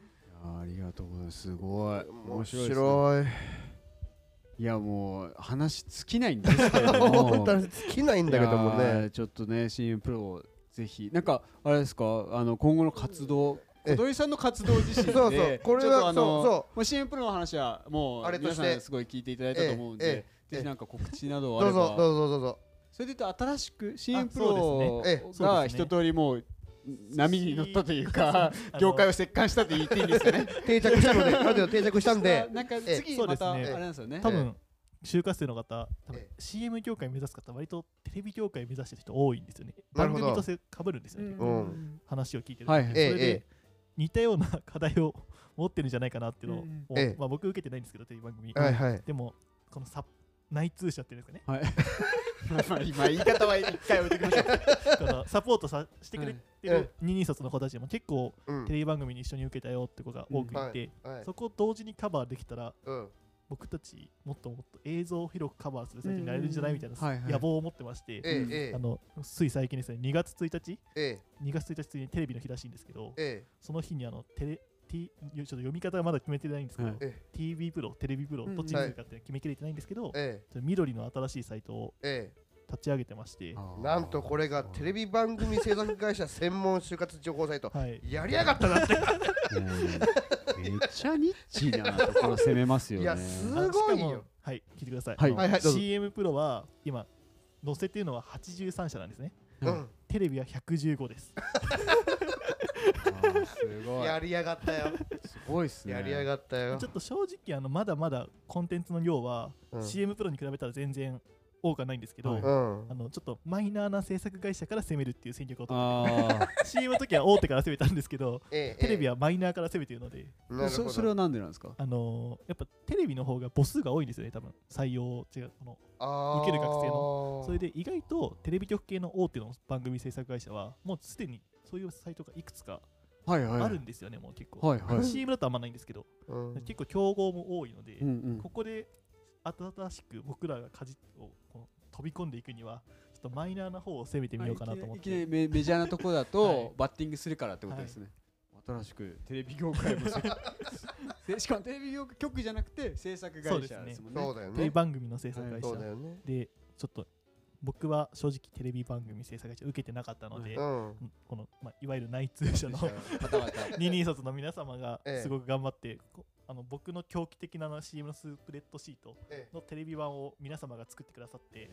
Speaker 1: ありがとうございます。すごい。
Speaker 2: 面
Speaker 1: 面白いですね。
Speaker 2: 白い
Speaker 1: いやもう話尽きないんですけれども。
Speaker 2: 本当に尽きないんだけども
Speaker 1: いや
Speaker 2: ね
Speaker 1: ーちょっとね新プロぜひなんかあれですかあの今後の活動
Speaker 2: え
Speaker 1: 小鳥さんの活動自身で
Speaker 2: そうそうこれは
Speaker 1: ちょっとあの
Speaker 2: そうそ
Speaker 1: もう CM プロの話はも
Speaker 2: あ
Speaker 1: う
Speaker 2: れと
Speaker 1: 皆
Speaker 2: して
Speaker 1: さんすごい聞いていただいたと思うん
Speaker 2: え
Speaker 1: で
Speaker 2: え
Speaker 1: ぜひなんか告知などあ
Speaker 2: ど
Speaker 1: れ
Speaker 2: うぞ
Speaker 1: ば
Speaker 2: どうぞどうぞ
Speaker 1: それで言うと新しく CM プ
Speaker 3: そ
Speaker 1: ロ
Speaker 2: うですねえ
Speaker 3: え
Speaker 1: が一通りもう波に乗ったというか
Speaker 3: あ の
Speaker 1: 業界を席巻したと言っていいんですかね
Speaker 2: 定着した のである程度定着 したんで
Speaker 1: なんか
Speaker 2: ええ
Speaker 1: 次
Speaker 3: そう
Speaker 1: ま
Speaker 3: です
Speaker 1: た
Speaker 3: ね
Speaker 1: あれなんですよね
Speaker 3: 多分就活生の方、多分
Speaker 2: え
Speaker 3: CM 業界目指す方、割とテレビ業界目指してる人多いんですよね。
Speaker 2: なる
Speaker 3: 番
Speaker 2: ほど
Speaker 3: 組とせかぶるんですよね、
Speaker 2: う
Speaker 3: 結構
Speaker 2: ん
Speaker 3: 話を聞いてると。
Speaker 1: はいはい
Speaker 2: ええ
Speaker 3: それ
Speaker 2: え
Speaker 3: で似たような課題を 持ってるんじゃないかなっていうのを、
Speaker 1: うん
Speaker 3: もう
Speaker 2: ええ
Speaker 3: まあ、僕受けてないんですけどテレビ番組、
Speaker 2: はいはい
Speaker 3: でもこのサ内通者っていうんですかね
Speaker 1: まあ今言い方は一回置いてきましょう
Speaker 3: このサポートさしてくれて
Speaker 2: はい
Speaker 3: る二人卒の子たちも結構
Speaker 2: うん
Speaker 3: テレビ番組に一緒に受けたよって子が多くいて、
Speaker 2: はい
Speaker 3: そこを同時にカバーできたら
Speaker 2: うん
Speaker 3: 僕たちもっともっと映像を広くカバーする最近になれるんじゃないみたいな
Speaker 1: うんはいはい
Speaker 3: 野望を持ってまして、
Speaker 2: ええ
Speaker 3: あのつい最近ですね2月1日
Speaker 2: え
Speaker 3: 2月1日にテレビの日らしいんですけど
Speaker 2: ええ
Speaker 3: その日にあのテレ T ちょっと読み方がまだ決めてないんですけど、
Speaker 1: はい
Speaker 2: ええ
Speaker 3: TV プロ、テレビプロ、
Speaker 1: うん
Speaker 3: どっちにするかって決めきれてないんですけど、
Speaker 2: え
Speaker 3: ちょっと緑の新しいサイトを
Speaker 2: ええ
Speaker 3: 立ち上げてまして、
Speaker 2: えなんとこれがテレビ番組制作会社専門就活情報サイト
Speaker 3: はい、
Speaker 2: やりやがったなって
Speaker 1: もうめっちゃニッチなところ攻めますよ
Speaker 2: い
Speaker 1: ね
Speaker 2: や。す
Speaker 3: あ
Speaker 2: ごい
Speaker 3: しか
Speaker 2: よ
Speaker 3: もはい、聞いてください。
Speaker 1: はい
Speaker 3: あの
Speaker 2: はいはいどうぞ
Speaker 3: CM プロは今、載せてるのは83社なんですね。
Speaker 2: う
Speaker 1: うん
Speaker 3: テレビは115です。
Speaker 1: あーすごい。
Speaker 2: やりやがったよ
Speaker 1: すごいっすね。
Speaker 2: やりやがったよ
Speaker 3: ちょっと正直、あのまだまだコンテンツの量は、
Speaker 2: うん
Speaker 3: CM プロに比べたら全然多くはないんですけど、
Speaker 1: はい
Speaker 2: うん
Speaker 3: あのちょっとマイナーな制作会社から攻めるっていう戦略を取っ
Speaker 1: あ
Speaker 3: て CM の時は大手から攻めたんですけど
Speaker 2: ええ
Speaker 3: テレビはマイナーから攻めてるので
Speaker 1: あ。
Speaker 2: なるほ
Speaker 1: そ
Speaker 2: ど
Speaker 1: それはなんでなんですか。
Speaker 3: あのーやっぱテレビの方が母数が多いんですよね、多分採用違うこの。
Speaker 2: あー
Speaker 3: 受ける学生のそれで意外とテレビ局系の大手の番組制作会社は、もうすでにそういうサイトがいくつか
Speaker 1: はいはい。
Speaker 3: あるんですよね、もう結構。
Speaker 1: はいはい。
Speaker 3: CM だとあんまないんですけど、
Speaker 2: うん
Speaker 3: 結構競合も多いので、
Speaker 1: うんうん
Speaker 3: こ。こで新しく僕らが舵をこの飛び込んでいくには、ちょっとマイナーな方を攻めてみようかなと思っ
Speaker 1: いきな
Speaker 3: て。
Speaker 1: りメメジャーなとこだ
Speaker 3: はい
Speaker 1: とバッティングするからってことですね。新しくテレビ業界も そうでしかもテレビ業局じゃなくて制作会社ですもんね。
Speaker 2: そうだよ
Speaker 3: テレビ
Speaker 2: ね
Speaker 3: 番組の制作会社
Speaker 2: そうだよね
Speaker 3: で、ちょっと僕は正直テレビ番組制作会社受けてなかったので
Speaker 2: う、ん
Speaker 3: この、まあ、いわゆる内通 者の
Speaker 1: 方々。
Speaker 3: 二人卒の皆 様が
Speaker 2: ええ
Speaker 3: すごく頑張って、こあの僕の狂気的なあの CM のスープレッドシート
Speaker 2: え
Speaker 3: のテレビ版を皆様が作ってくださって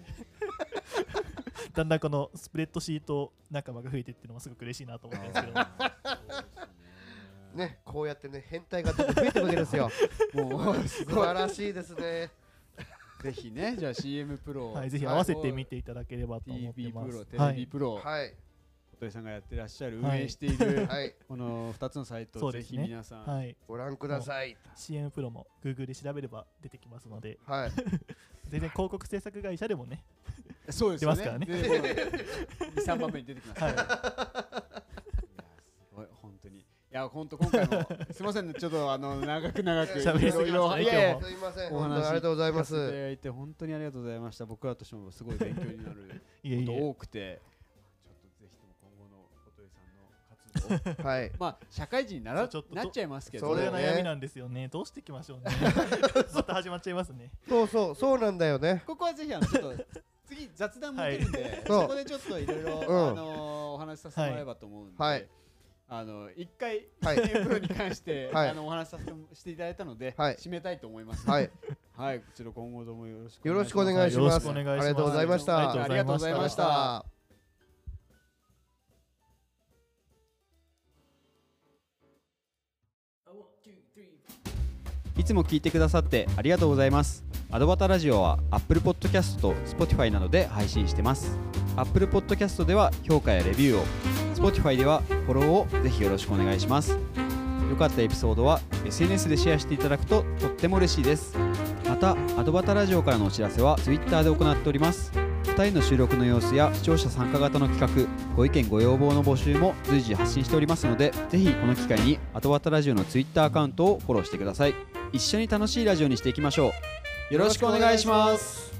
Speaker 3: だんだんこのスプレッドシート仲間が増えてっていうのもすごく嬉しいなと思ったんですけど
Speaker 2: えねこうやってね変態がどんどん増えてくわけです よ
Speaker 1: もうす
Speaker 2: 素
Speaker 1: ごい
Speaker 2: 晴。らしいですね
Speaker 1: ぜひねじゃあ CM プロ。
Speaker 3: はい、ぜひ合わせて見ていただければと思って
Speaker 1: TV
Speaker 3: ま
Speaker 1: プ
Speaker 3: す
Speaker 1: ロ、テ
Speaker 3: は
Speaker 1: レビ
Speaker 3: い、
Speaker 1: プロ、
Speaker 2: はい
Speaker 1: 小鳥さんがやってらっしゃる、運
Speaker 3: はい
Speaker 1: 営している、
Speaker 2: はい
Speaker 1: この2つのサイト
Speaker 3: そ
Speaker 1: を
Speaker 3: う
Speaker 1: ぜ
Speaker 3: です
Speaker 1: ひ
Speaker 3: ね
Speaker 1: 皆さん、
Speaker 3: はい、
Speaker 2: ご覧ください
Speaker 3: CM プロも Google で調べれば出てきますので
Speaker 2: はい
Speaker 3: 全然広告制作会社でもね、
Speaker 1: そうですよね。
Speaker 3: 出ますからね
Speaker 1: ね。2、3番目に出てきます。
Speaker 3: はいい、
Speaker 1: やすごい、本当に。い
Speaker 5: や本当今回も すいませんねちょっとあの長く長く
Speaker 3: 喋りすぎました
Speaker 5: いろ
Speaker 3: ね
Speaker 5: いろいやいや
Speaker 3: 今
Speaker 2: すいません
Speaker 5: お話
Speaker 2: 本当にありがとうございま
Speaker 5: 聞かせ てい
Speaker 2: す
Speaker 5: ただいて本当にありがとうございました僕らとしてもすごい勉強になる
Speaker 3: いえ
Speaker 5: こ
Speaker 3: い
Speaker 5: と
Speaker 3: え
Speaker 5: 多くてちょっとぜひとも今後の琴恵さんの活動
Speaker 2: はい
Speaker 5: まあ社会人になら
Speaker 3: そうちょっと
Speaker 5: なっちゃいますけど
Speaker 2: そ
Speaker 3: それ
Speaker 2: れ
Speaker 3: が
Speaker 2: ね
Speaker 3: 悩みなんですよねどうしていきま しょうね また始まっちゃいますね
Speaker 2: そうそうそうなんだよね
Speaker 5: ここはぜひあのちょっと次雑談も受けるんで、
Speaker 2: そう
Speaker 5: そこでちょっといろいろ
Speaker 2: うん
Speaker 5: あのーお話しさせてもらえばと思うんで、
Speaker 2: はい
Speaker 5: あの一回
Speaker 2: はい
Speaker 5: 分に関して、
Speaker 2: はい
Speaker 5: あのお話しさせてもしていただいたので、
Speaker 2: はい
Speaker 5: 締めたいと思います。
Speaker 2: はい
Speaker 5: はい、こちら今後ともよろしく
Speaker 2: よろしくお願いします
Speaker 3: よろしくお願いし
Speaker 2: あ
Speaker 3: ます
Speaker 2: りがとうございまし
Speaker 3: あり
Speaker 2: たあ
Speaker 3: がとうございました
Speaker 2: りがとうございました
Speaker 1: いつも聞いてくださってありがとうございます。アドバタラジオは Apple Podcast と Spotify などで配信してます。Apple Podcast では評価やレビューを、Spotify ではフォローをぜひよろしくお願いします。良かったエピソードは SNS でシェアしていただくととっても嬉しいです。また、アドバタラジオからのお知らせは Twitter で行っております。2人の収録の様子や視聴者参加型の企画、ご意見ご要望の募集も随時発信しておりますので、ぜひこの機会にアドバタラジオの Twitter アカウントをフォローしてください。一緒に楽しいラジオにしていきましょうよろしくお願いします